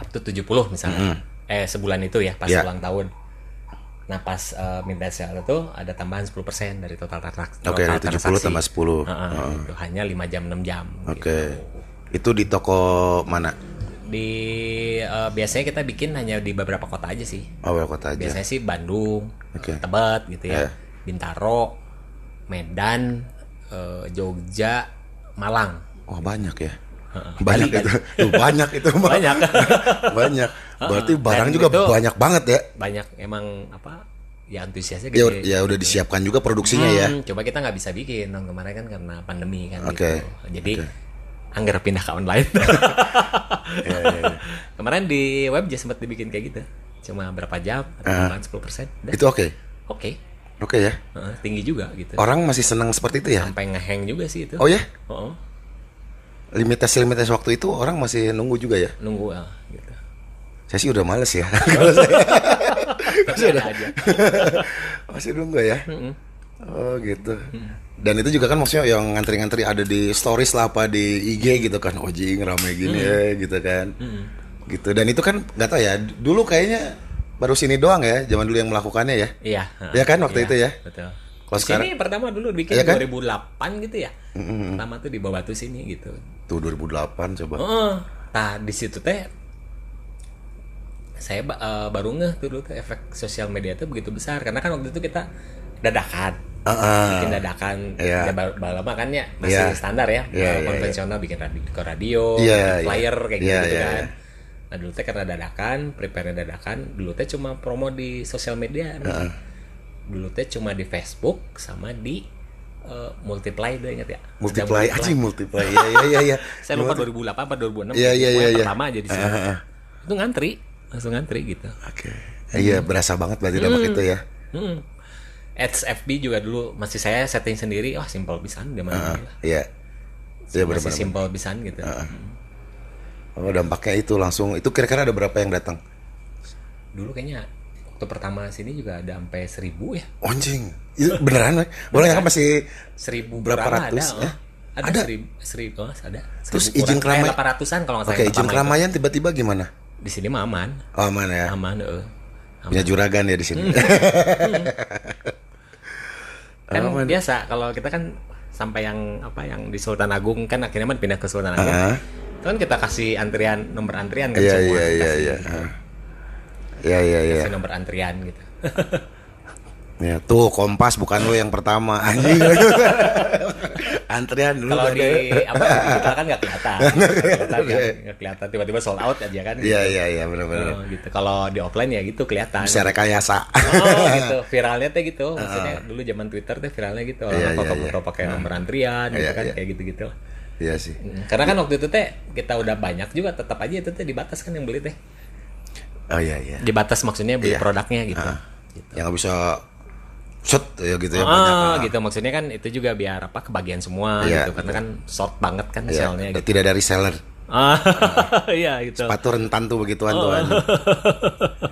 Speaker 1: up to 70 misalnya eh sebulan itu ya pas
Speaker 2: Iya.
Speaker 1: ulang tahun nah pas eh, midnight sale itu ada tambahan 10% dari total, transaksi
Speaker 2: Oke,
Speaker 1: total
Speaker 2: dari 70
Speaker 1: transaksi.
Speaker 2: tambah 10.
Speaker 1: Heeh, gitu. hanya 5 jam 6 jam
Speaker 2: Oke. Itu di toko mana?
Speaker 1: gitu. di eh, biasanya kita bikin hanya di beberapa kota aja sih.
Speaker 2: Awal kota aja.
Speaker 1: Biasanya sih Bandung,
Speaker 2: Oke.
Speaker 1: Tebet gitu ya,
Speaker 2: Eh.
Speaker 1: Bintaro, Medan, eh, Jogja, Malang.
Speaker 2: Wah banyak ya.
Speaker 1: Heeh.
Speaker 2: Banyak itu. Tuh, banyak itu. Mbak.
Speaker 1: Banyak.
Speaker 2: banyak. Berarti
Speaker 1: Dan
Speaker 2: barang juga
Speaker 1: itu-
Speaker 2: banyak banget ya.
Speaker 1: Banyak emang apa? Ya antusiasnya
Speaker 2: Ya,
Speaker 1: gede.
Speaker 2: ya udah disiapkan juga produksinya ya.
Speaker 1: Hmm, Coba kita nggak bisa bikin tahun kemarin kan karena pandemi kan.
Speaker 2: Oke.
Speaker 1: Gitu. Jadi anggar pindah ke online.
Speaker 2: Iya,
Speaker 1: Kemarin di web aja sempat dibikin kayak gitu. Cuma berapa jam?
Speaker 2: Ah.
Speaker 1: Ada penambahan 10%. Udah.
Speaker 2: Itu oke.
Speaker 1: Oke.
Speaker 2: Oke ya.
Speaker 1: Heeh, tinggi juga gitu.
Speaker 2: Orang masih senang seperti itu ya.
Speaker 1: Sampai ngeheng juga sih itu.
Speaker 2: Oh ya,
Speaker 1: Heeh,
Speaker 2: limitasi-limitasi waktu itu orang masih nunggu juga ya.
Speaker 1: nunggu ah, gitu.
Speaker 2: Saya sih udah males ya. Kalau saya
Speaker 1: Tapi ada aja.
Speaker 2: masih nunggu ya. Oh gitu. Dan itu juga kan maksudnya yang ngantri-ngantri ada di stories lah apa di IG gitu kan. Ojing rame gini ya gitu kan. Gitu. Dan itu kan nggak tahu ya. Dulu kayaknya baru sini doang ya. Zaman dulu yang melakukannya ya.
Speaker 1: Iya. heeh.
Speaker 2: Iya kan, waktu itu ya?
Speaker 1: Betul.
Speaker 2: Kalau
Speaker 1: Di sini pertama dulu bikin
Speaker 2: Iya kan?
Speaker 1: 2008 gitu ya. Pertama tuh di Babatu sini gitu.
Speaker 2: Tuh 2008 coba.
Speaker 1: Heeh. Nah, di situ teh saya ba- eh, baru ngeh tuh dulu tuh efek sosial media tuh begitu besar karena kan waktu itu kita dadakan
Speaker 2: Ah, ah.
Speaker 1: bikin dadakan
Speaker 2: Iya.
Speaker 1: ya baru baru lama kan ya masih
Speaker 2: Iya.
Speaker 1: standar ya
Speaker 2: Iya, iya,
Speaker 1: konvensional bikin radio, ke radio
Speaker 2: Iya,
Speaker 1: bikin flyer
Speaker 2: iya.
Speaker 1: kayak
Speaker 2: Iya,
Speaker 1: gitu
Speaker 2: iya,
Speaker 1: kan
Speaker 2: iya.
Speaker 1: nah dulu teh karena dadakan prepare dadakan dulu teh cuma promo di sosial media nih. dulu teh cuma di Facebook sama di eh, multiply udah inget ya Ada
Speaker 2: Multiply aja multiply. Iya iya iya iya.
Speaker 1: saya lupa 2008 apa 2006 pokoknya
Speaker 2: Iya, iya, iya, iya.
Speaker 1: pertama aja di sini
Speaker 2: Ah, ah, ah.
Speaker 1: itu ngantri langsung ngantri gitu
Speaker 2: Oke. Iya, berasa banget berarti dampak itu ya.
Speaker 1: hmm. ads FB juga dulu masih saya setting sendiri wah simple pisan dia
Speaker 2: Ah,
Speaker 1: mana
Speaker 2: Iya.
Speaker 1: masih
Speaker 2: Iya benar-benar.
Speaker 1: simple pisan gitu
Speaker 2: Oh, dampaknya itu langsung itu kira-kira ada berapa yang datang?
Speaker 1: dulu kayaknya waktu pertama sini juga ada sampai seribu ya
Speaker 2: Anjing. Itu beneran? Weh? Boleh nggak masih
Speaker 1: seribu
Speaker 2: Berapa
Speaker 1: kurang
Speaker 2: ratus,
Speaker 1: ada,
Speaker 2: ya?
Speaker 1: oh. ada,
Speaker 2: Ada?
Speaker 1: seribu, seribu oh, ada
Speaker 2: Terus
Speaker 1: Seribu
Speaker 2: izin
Speaker 1: kurang, eh,
Speaker 2: keramai-
Speaker 1: 800-an kalau nggak salah
Speaker 2: Oke,
Speaker 1: yang
Speaker 2: izin
Speaker 1: pertama itu.
Speaker 2: keramaian tiba-tiba gimana?
Speaker 1: di sini mah aman
Speaker 2: Oh, mana ya?
Speaker 1: aman eh. Aman. Hmm.
Speaker 2: Punya juragan ya di sini.
Speaker 1: kan biasa kalau kita kan sampai yang apa yang di Sultan Agung kan akhirnya mah pindah ke Sultan Agung Itu
Speaker 2: Ah.
Speaker 1: kan kita kasih antrian nomor antrian kan
Speaker 2: Iya,
Speaker 1: semua
Speaker 2: iya, iya,
Speaker 1: kasih,
Speaker 2: iya. Ah. Iya, iya, iya.
Speaker 1: kasih nomor antrian gitu
Speaker 2: Ya, tuh Kompas bukan lo yang pertama. Anjing. Antrian dulu
Speaker 1: kalau
Speaker 2: ada.
Speaker 1: di apa di digital kan nggak kelihatan nggak kelihatan kan, nggak kelihatan tiba-tiba sold out aja kan
Speaker 2: Iya, iya, iya, benar-benar.
Speaker 1: Oh, gitu kalau di offline ya gitu kelihatan
Speaker 2: Bisa rekayasa.
Speaker 1: oh gitu viralnya teh gitu maksudnya dulu zaman Twitter teh viralnya gitu orang
Speaker 2: Ah. Iya, iya,
Speaker 1: foto-foto
Speaker 2: iya.
Speaker 1: pakai nomor antrian gitu
Speaker 2: Iya,
Speaker 1: kan
Speaker 2: iya.
Speaker 1: kayak gitu-gitu
Speaker 2: Iya sih.
Speaker 1: karena kan waktu itu teh kita udah banyak juga tetap aja itu teh dibatas kan yang beli teh
Speaker 2: Oh iya, iya.
Speaker 1: dibatas maksudnya beli
Speaker 2: Iya.
Speaker 1: produknya gitu
Speaker 2: Yang nggak bisa shot ya gitu ya
Speaker 1: Ah,
Speaker 2: banyak. ah.
Speaker 1: gitu maksudnya kan itu juga biar apa kebagian semua
Speaker 2: Iya,
Speaker 1: gitu karena kan short banget kan
Speaker 2: Iya,
Speaker 1: soalnya gitu.
Speaker 2: Tidak dari seller.
Speaker 1: Ah, iya gitu.
Speaker 2: Sepatu rentan tuh begituan tuh. anjing.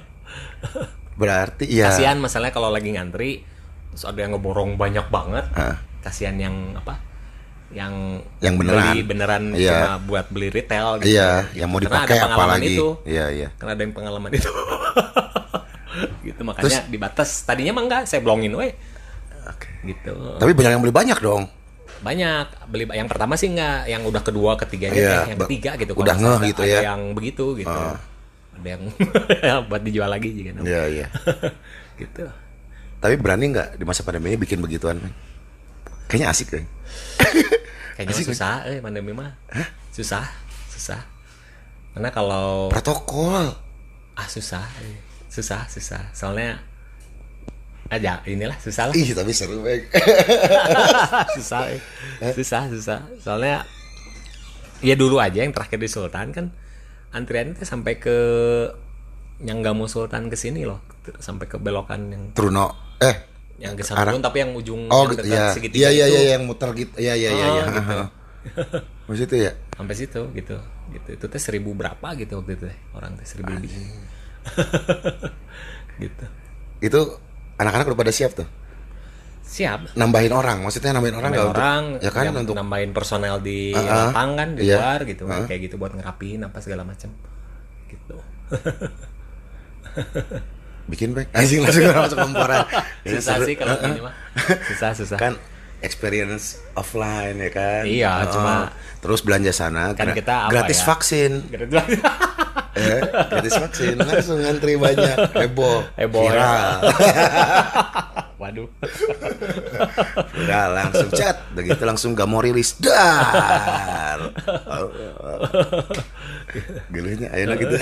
Speaker 2: Berarti iya.
Speaker 1: Kasihan masalahnya kalau lagi ngantri terus ada yang ngeborong banyak banget.
Speaker 2: Ah.
Speaker 1: Kasihan yang apa? Yang
Speaker 2: Yang beneran.
Speaker 1: beli beneran
Speaker 2: Iya.
Speaker 1: cuma buat beli retail gitu.
Speaker 2: Iya, yang mau
Speaker 1: Karena ada
Speaker 2: dipakai apa
Speaker 1: pengalaman
Speaker 2: lagi?
Speaker 1: itu.
Speaker 2: Iya, iya.
Speaker 1: Karena ada yang pengalaman itu. gitu makanya dibatas. Tadinya mah enggak, saya blongin we.
Speaker 2: Oke.
Speaker 1: Gitu.
Speaker 2: Tapi banyak yang beli banyak dong.
Speaker 1: banyak beli yang pertama sih nggak yang udah kedua ketiganya
Speaker 2: Iya,
Speaker 1: eh, yang
Speaker 2: ba-
Speaker 1: ketiga gitu
Speaker 2: udah
Speaker 1: kalau nggak
Speaker 2: ngeh
Speaker 1: salah.
Speaker 2: gitu
Speaker 1: ada
Speaker 2: ya. Ah.
Speaker 1: yang begitu gitu ada yang buat dijual lagi juga namanya.
Speaker 2: Iya, iya.
Speaker 1: gitu
Speaker 2: Tapi berani nggak di masa pandemi bikin begituan? Bang? Kayaknya asik eh. deh.
Speaker 1: kayaknya mah susah eh pandemi mah susah susah karena kalau
Speaker 2: Protokol.
Speaker 1: ah susah eh. susah susah soalnya aja inilah susah lah
Speaker 2: Ih, tapi seru eh. Bang.
Speaker 1: susah eh. susah susah soalnya ya dulu aja yang terakhir di Sultan kan antriannya tuh sampai ke yang nggak mau Sultan ke sini loh sampai ke belokan yang
Speaker 2: Truno. Eh,
Speaker 1: yang ke Sambun tapi yang ujung yang
Speaker 2: oh gitu
Speaker 1: dekat
Speaker 2: ya.
Speaker 1: segitiga
Speaker 2: Iya, iya,
Speaker 1: itu
Speaker 2: iya, yang muter gitu. Iya, iya, iya,
Speaker 1: Oh,
Speaker 2: iya.
Speaker 1: gitu.
Speaker 2: Maksud itu ya?
Speaker 1: sampai situ gitu gitu itu teh seribu berapa gitu waktu itu teh. orang teh seribu lebih gitu
Speaker 2: Itu anak-anak udah pada siap tuh.
Speaker 1: siap
Speaker 2: Nambahin orang, maksudnya nambahin orang nggak
Speaker 1: nambahin
Speaker 2: untuk-
Speaker 1: orang
Speaker 2: ya kan
Speaker 1: yang
Speaker 2: untuk
Speaker 1: nambahin personel di
Speaker 2: Ah, ah.
Speaker 1: lapang kan di
Speaker 2: Iya.
Speaker 1: luar gitu
Speaker 2: Ah.
Speaker 1: kayak gitu buat ngerapiin apa segala macam gitu
Speaker 2: bikin Bang. Anjing langsung langsung komporan. Ini
Speaker 1: susah
Speaker 2: Iya, seru. Ah,
Speaker 1: sih kalau gini mah susah susah
Speaker 2: kan experience offline ya kan
Speaker 1: Iya,
Speaker 2: Oh,
Speaker 1: cuma-
Speaker 2: terus belanja sana
Speaker 1: Kan
Speaker 2: gra-
Speaker 1: kita apa
Speaker 2: gratis
Speaker 1: ya?
Speaker 2: vaksin
Speaker 1: Gara-gara-
Speaker 2: ya, gratis vaksin langsung ngantri banyak heboh
Speaker 1: Heboh, ya.
Speaker 2: viral
Speaker 1: Waduh.
Speaker 2: viral langsung chat begitu langsung gak mau rilis dar geluhnya ayo gitu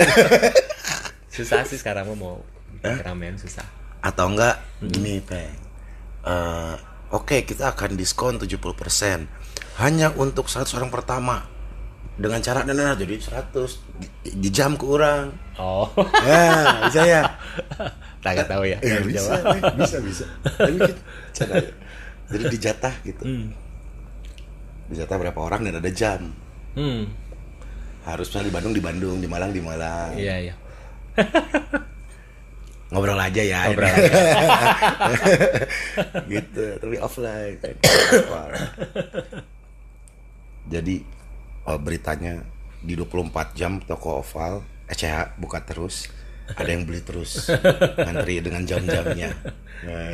Speaker 1: Susah sih sekarang mah mau ramen susah.
Speaker 2: atau enggak gini peng Eh, oke kita akan diskon 70% hanya untuk 100 orang pertama dengan cara nah, nah, nah, jadi 100 di, di jam ke orang
Speaker 1: Oh.
Speaker 2: ya bisa ya
Speaker 1: tak nggak tahu ya.
Speaker 2: Ya,
Speaker 1: Jawab.
Speaker 2: bisa, Nek. bisa, bisa. Tapi kita- cara jadi dijatah gitu. Dijatah berapa orang dan ada jam.
Speaker 1: Hmm.
Speaker 2: Harusnya di Bandung di Bandung, di Malang di Malang.
Speaker 1: Iya, iya.
Speaker 2: Ngobrol aja ya.
Speaker 1: Ngobrol
Speaker 2: gitu, tapi offline. jadi eh, beritanya di 24 jam toko oval ECH buka terus. Ada yang beli terus ngantri dengan jam-jamnya. Nah.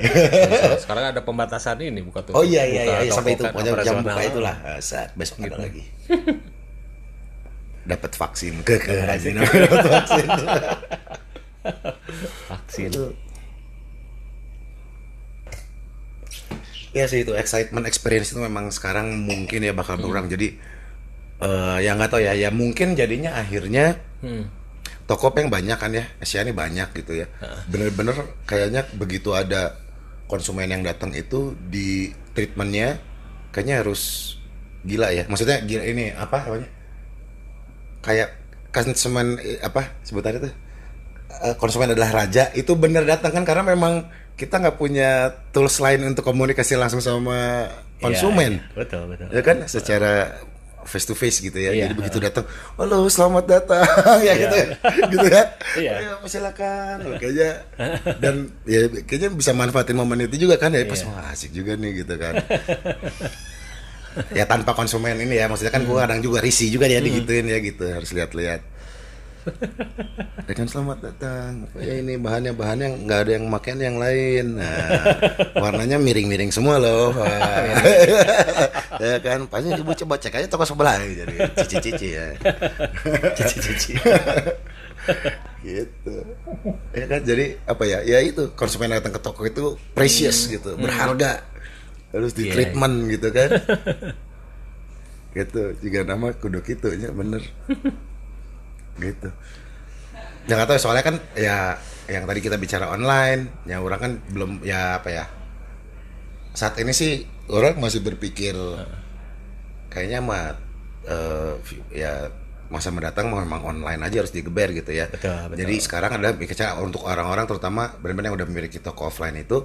Speaker 1: Sekarang ada pembatasan ini buka tutup.
Speaker 2: Oh iya iya
Speaker 1: buka
Speaker 2: iya
Speaker 1: toko
Speaker 2: sampai itu
Speaker 1: kan
Speaker 2: pokoknya jam
Speaker 1: operasional.
Speaker 2: buka itulah Eh, saat besok ada lagi. Dapat vaksin ke ke anjing. Dapat vaksin.
Speaker 1: Vaksin.
Speaker 2: Ya sih itu excitement experience itu memang sekarang mungkin ya bakal berkurang. Jadi eh ya nggak tahu ya ya mungkin jadinya akhirnya
Speaker 1: Hmm.
Speaker 2: toko peng banyak kan ya Asia ini banyak gitu ya. Bener-bener kayaknya begitu ada konsumen yang datang itu di treatmentnya kayaknya harus gila ya. Maksudnya gila ini apa namanya? kayak konsumen eh, apa sebutannya tuh Eh, konsumen adalah raja itu bener datang kan karena memang kita nggak punya tools lain untuk komunikasi langsung sama
Speaker 1: Iya,
Speaker 2: konsumen
Speaker 1: iya. Betul, betul.
Speaker 2: ya kan secara face to face gitu ya
Speaker 1: Iya.
Speaker 2: jadi begitu datang halo selamat datang ya gitu ya. gitu ya
Speaker 1: Iya.
Speaker 2: Ayo, silakan kayaknya dan ya kayaknya bisa manfaatin momen itu juga kan ya pas wah asik juga nih gitu kan ya tanpa konsumen ini ya maksudnya kan gua kadang juga risih juga ya digituin ya gitu harus lihat-lihat Ya kan selamat datang ya ini bahannya bahannya nggak ada yang makan yang lain nah, warnanya miring-miring semua loh Wah. ya kan pasti ibu coba cek aja toko sebelah jadi cici-cici ya cici-cici gitu ya kan jadi apa ya ya itu konsumen datang ke toko itu precious gitu berharga harus di treatment gitu kan gitu jika nama kudu gitu ya bener gitu ya nggak tahu soalnya kan ya yang tadi kita bicara online ya orang kan belum ya apa ya saat ini sih orang masih berpikir kayaknya mah eh, vi- ya masa mendatang memang online aja harus digeber gitu ya.
Speaker 1: Betul, betul.
Speaker 2: Jadi sekarang ada bicara untuk orang-orang terutama brand-brand yang udah memiliki toko offline itu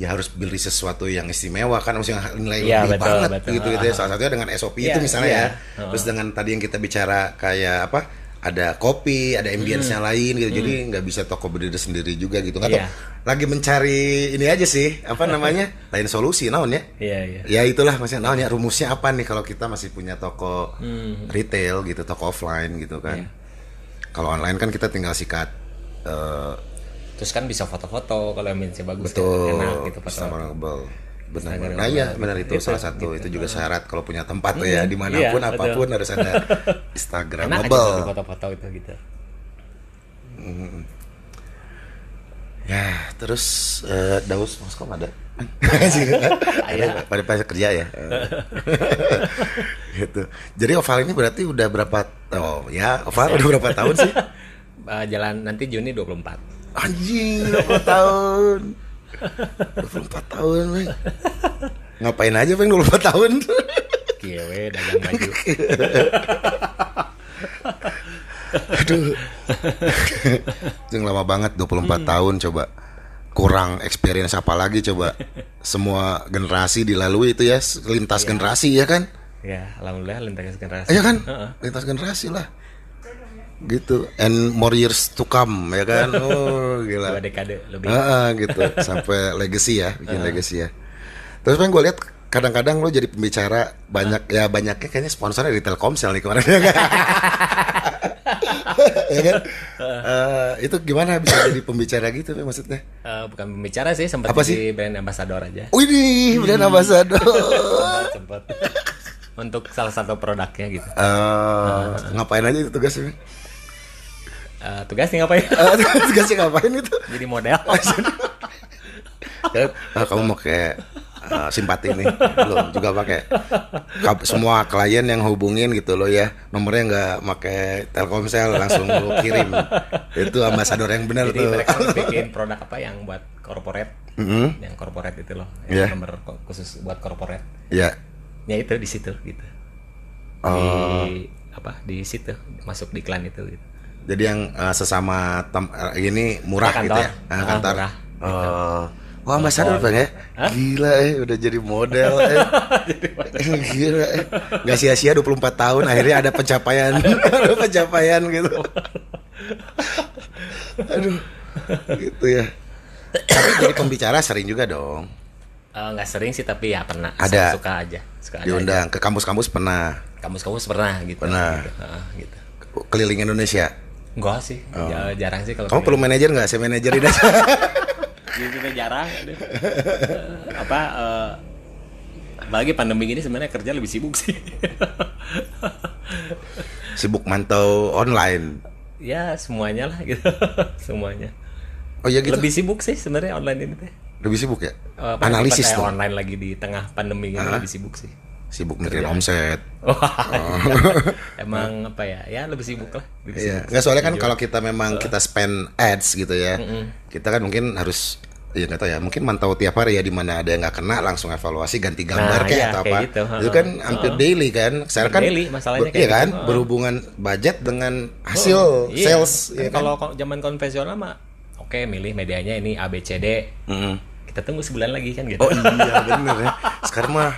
Speaker 2: ya harus beli sesuatu yang istimewa kan mesti nilai
Speaker 1: Iya,
Speaker 2: lebih
Speaker 1: betul,
Speaker 2: banget
Speaker 1: betul.
Speaker 2: gitu gitu ya. Salah satunya dengan SOP itu
Speaker 1: Iya,
Speaker 2: misalnya
Speaker 1: iya.
Speaker 2: ya. Terus dengan tadi yang kita bicara kayak apa ada kopi, ada ambience-nya lain gitu. Jadi nggak bisa toko berdiri sendiri juga gitu. Nggak tahu.
Speaker 1: Hmm. Iya.
Speaker 2: Lagi mencari ini aja sih, apa namanya? lain solusi naon ya.
Speaker 1: Iya, iya.
Speaker 2: Ya itulah maksudnya naon ya rumusnya apa nih kalau kita masih punya toko
Speaker 1: Hmm.
Speaker 2: retail gitu, toko offline gitu
Speaker 1: Iya.
Speaker 2: kan. Kalau online kan kita tinggal sikat eh,
Speaker 1: Terus kan bisa foto-foto kalau yang minsi bagus
Speaker 2: betul
Speaker 1: enak gitu foto.
Speaker 2: Instagramable. Benar, benar. Nah ya benar itu salah satu itu juga syarat kalau punya tempat tuh ya
Speaker 1: gitu.
Speaker 2: dimanapun
Speaker 1: iya,
Speaker 2: apapun
Speaker 1: betul.
Speaker 2: harus ada
Speaker 1: Enak aja
Speaker 2: Instagramable.
Speaker 1: tuh foto-foto itu gitu.
Speaker 2: Ya, terus eh, Daus Moskom ada. ada pada pada kerja ya. gitu. Jadi Oval ini berarti udah berapa oh ya Oval udah berapa tahun sih?
Speaker 1: Eh, jalan nanti Juni 24.
Speaker 2: Anjing, 20 tahun. 24 tahun, Bang. Ngapain aja, Bang, 24 tahun?
Speaker 1: Kiewe dagang baju.
Speaker 2: Aduh. Yang lama banget 24 tahun coba. Kurang experience apa lagi coba? Semua generasi dilalui itu ya, lintas generasi ya kan?
Speaker 1: ya, alhamdulillah lintas generasi.
Speaker 2: Iya kan?
Speaker 1: Heeh.
Speaker 2: Lintas generasi lah. Gitu. And more years to come ya kan?
Speaker 1: Dua
Speaker 2: Oh, gila.
Speaker 1: dekade lebih.
Speaker 2: Heeh, gitu. Sampai legacy ya, bikin legacy ya. Terus pengen gue lihat kadang-kadang lo jadi pembicara banyak ya banyaknya kayaknya sponsornya di Telkomsel nih kemarin ya kan? Ya kan? Eh, itu gimana bisa jadi pembicara gitu Fe, maksudnya?
Speaker 1: Eh, bukan pembicara sih, sempat
Speaker 2: Apa
Speaker 1: jadi brand ambassador aja.
Speaker 2: Wih, brand ambassador.
Speaker 1: Sempat, sempat. Untuk salah satu produknya gitu.
Speaker 2: Eh, ngapain aja itu tugasnya? Fe?
Speaker 1: Eh, tugasnya ngapain?
Speaker 2: Eh, tugasnya ngapain itu?
Speaker 1: Jadi model.
Speaker 2: Ya, ah, kamu mau kayak ah, simpati nih belum juga pakai Kab- semua klien yang hubungin gitu loh ya nomornya nggak pakai telkomsel langsung lu kirim itu ambasador yang benar
Speaker 1: Jadi
Speaker 2: tuh
Speaker 1: mereka udah bikin produk apa yang buat corporate,
Speaker 2: Mhm.
Speaker 1: yang corporate itu loh,
Speaker 2: Iya.
Speaker 1: yang nomor ko- khusus buat corporate.
Speaker 2: ya
Speaker 1: Ya itu di situ gitu.
Speaker 2: Oh.
Speaker 1: Di apa? Di situ masuk di iklan itu gitu.
Speaker 2: jadi yang eh, sesama tem- eh, ini murah
Speaker 1: Kantor.
Speaker 2: gitu ya Ah,
Speaker 1: Ah,
Speaker 2: kantor
Speaker 1: murah.
Speaker 2: oh wah ambasador bang ya gila eh udah jadi model eh gila eh nggak sia-sia 24 tahun akhirnya ada pencapaian ada pencapaian gitu
Speaker 1: Oh.
Speaker 2: aduh gitu ya tapi jadi pembicara sering juga dong
Speaker 1: Eh, nggak sering sih tapi ya pernah
Speaker 2: Ada.
Speaker 1: suka aja suka ada iya. aja.
Speaker 2: diundang ke kampus-kampus pernah
Speaker 1: kamus-kamus pernah gitu
Speaker 2: Pernah.
Speaker 1: gitu, Heeh, gitu.
Speaker 2: keliling Indonesia
Speaker 1: Enggak sih ja- jarang sih kalau
Speaker 2: Oh.
Speaker 1: gitu. Iya,
Speaker 2: kamu perlu manajer nggak saya manajerin aja
Speaker 1: juga jarang aduh. Eh, apa eh, apalagi pandemi gini sebenarnya kerja lebih sibuk sih
Speaker 2: sibuk mantau online
Speaker 1: ya semuanya lah gitu semuanya
Speaker 2: oh ya gitu
Speaker 1: lebih sibuk sih sebenarnya online ini teh
Speaker 2: lebih sibuk ya
Speaker 1: Eh, apa-
Speaker 2: analisis
Speaker 1: apa kayak
Speaker 2: tuh
Speaker 1: online lagi di tengah pandemi gini lebih sibuk sih Iya.
Speaker 2: sibuk mikirin omset
Speaker 1: Wah, emang apa ya ya lebih sibuk lah lebih
Speaker 2: Iya,
Speaker 1: sibuk.
Speaker 2: nggak soalnya kan kalau kita
Speaker 1: Iya.
Speaker 2: memang kita spend ads gitu ya, kita kan mungkin harus ya nggak tahu ya, mungkin mantau tiap hari ya di mana ada yang nggak kena langsung evaluasi ganti gambar
Speaker 1: Nah,
Speaker 2: kayak
Speaker 1: iya,
Speaker 2: atau
Speaker 1: kayak
Speaker 2: apa.
Speaker 1: gitu. Ha-ha.
Speaker 2: Itu kan hampir daily kan. Sekarang kan
Speaker 1: Daily, masalahnya
Speaker 2: ber-
Speaker 1: kayak
Speaker 2: iya kan
Speaker 1: gitu. Ha.
Speaker 2: berhubungan budget dengan hasil
Speaker 1: Iya.
Speaker 2: sales
Speaker 1: Kan
Speaker 2: ya kan.
Speaker 1: kalau ko- zaman konvensional mah oke milih medianya ini ABCD
Speaker 2: Mm-mm.
Speaker 1: kita tunggu sebulan lagi kan gitu
Speaker 2: Oh iya bener ya. Sekarang mah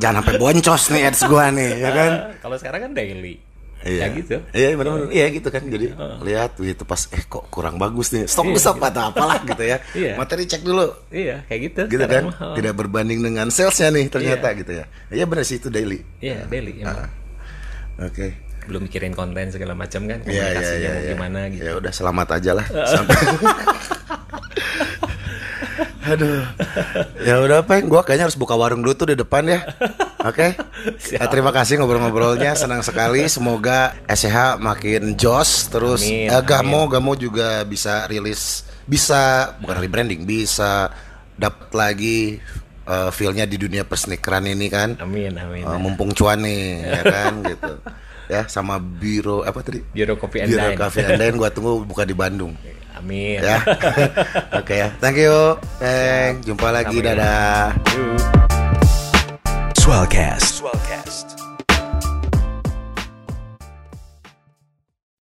Speaker 2: jangan sampai boncos nih ads gua nih ya kan.
Speaker 1: kalau sekarang kan daily ya
Speaker 2: Iya.
Speaker 1: gitu
Speaker 2: Iya benar-benar. Iya gitu kan. Jadi lihat itu pas eh kok kurang bagus nih. Stok bisa atau apalah gitu ya.
Speaker 1: Iya.
Speaker 2: Materi cek dulu.
Speaker 1: iya kayak gitu
Speaker 2: gitu
Speaker 1: sekarang
Speaker 2: kan
Speaker 1: mah, oh.
Speaker 2: tidak berbanding dengan salesnya nih ternyata gitu ya iya benar sih itu daily
Speaker 1: iya daily
Speaker 2: Ah.
Speaker 1: emang.
Speaker 2: oke
Speaker 1: belum mikirin konten segala macam kan
Speaker 2: Iya, iya,
Speaker 1: komunikasinya
Speaker 2: iya,
Speaker 1: mau
Speaker 2: iya.
Speaker 1: gimana gitu
Speaker 2: ya udah selamat aja lah sampai aduh ya udah apa gua kayaknya harus buka warung dulu tuh di depan ya oke Ya, terima kasih ngobrol-ngobrolnya senang sekali semoga SCH makin jos terus
Speaker 1: Amin,
Speaker 2: eh, Gamo Gamo juga bisa rilis bisa bukan rebranding bisa dapat lagi eh, feel-nya di dunia persnikeran ini kan
Speaker 1: amin amin
Speaker 2: Uh, mumpung cuan nih ya kan gitu ya sama biro apa tadi
Speaker 1: Biro Kopi and
Speaker 2: biro
Speaker 1: Dine.
Speaker 2: Coffee and Dine gua tunggu buka di Bandung
Speaker 1: amin
Speaker 2: ya oke ya thank you thank jumpa lagi
Speaker 1: Sama-sama.
Speaker 2: dadah
Speaker 1: Yuk.
Speaker 3: Swellcast. Swellcast.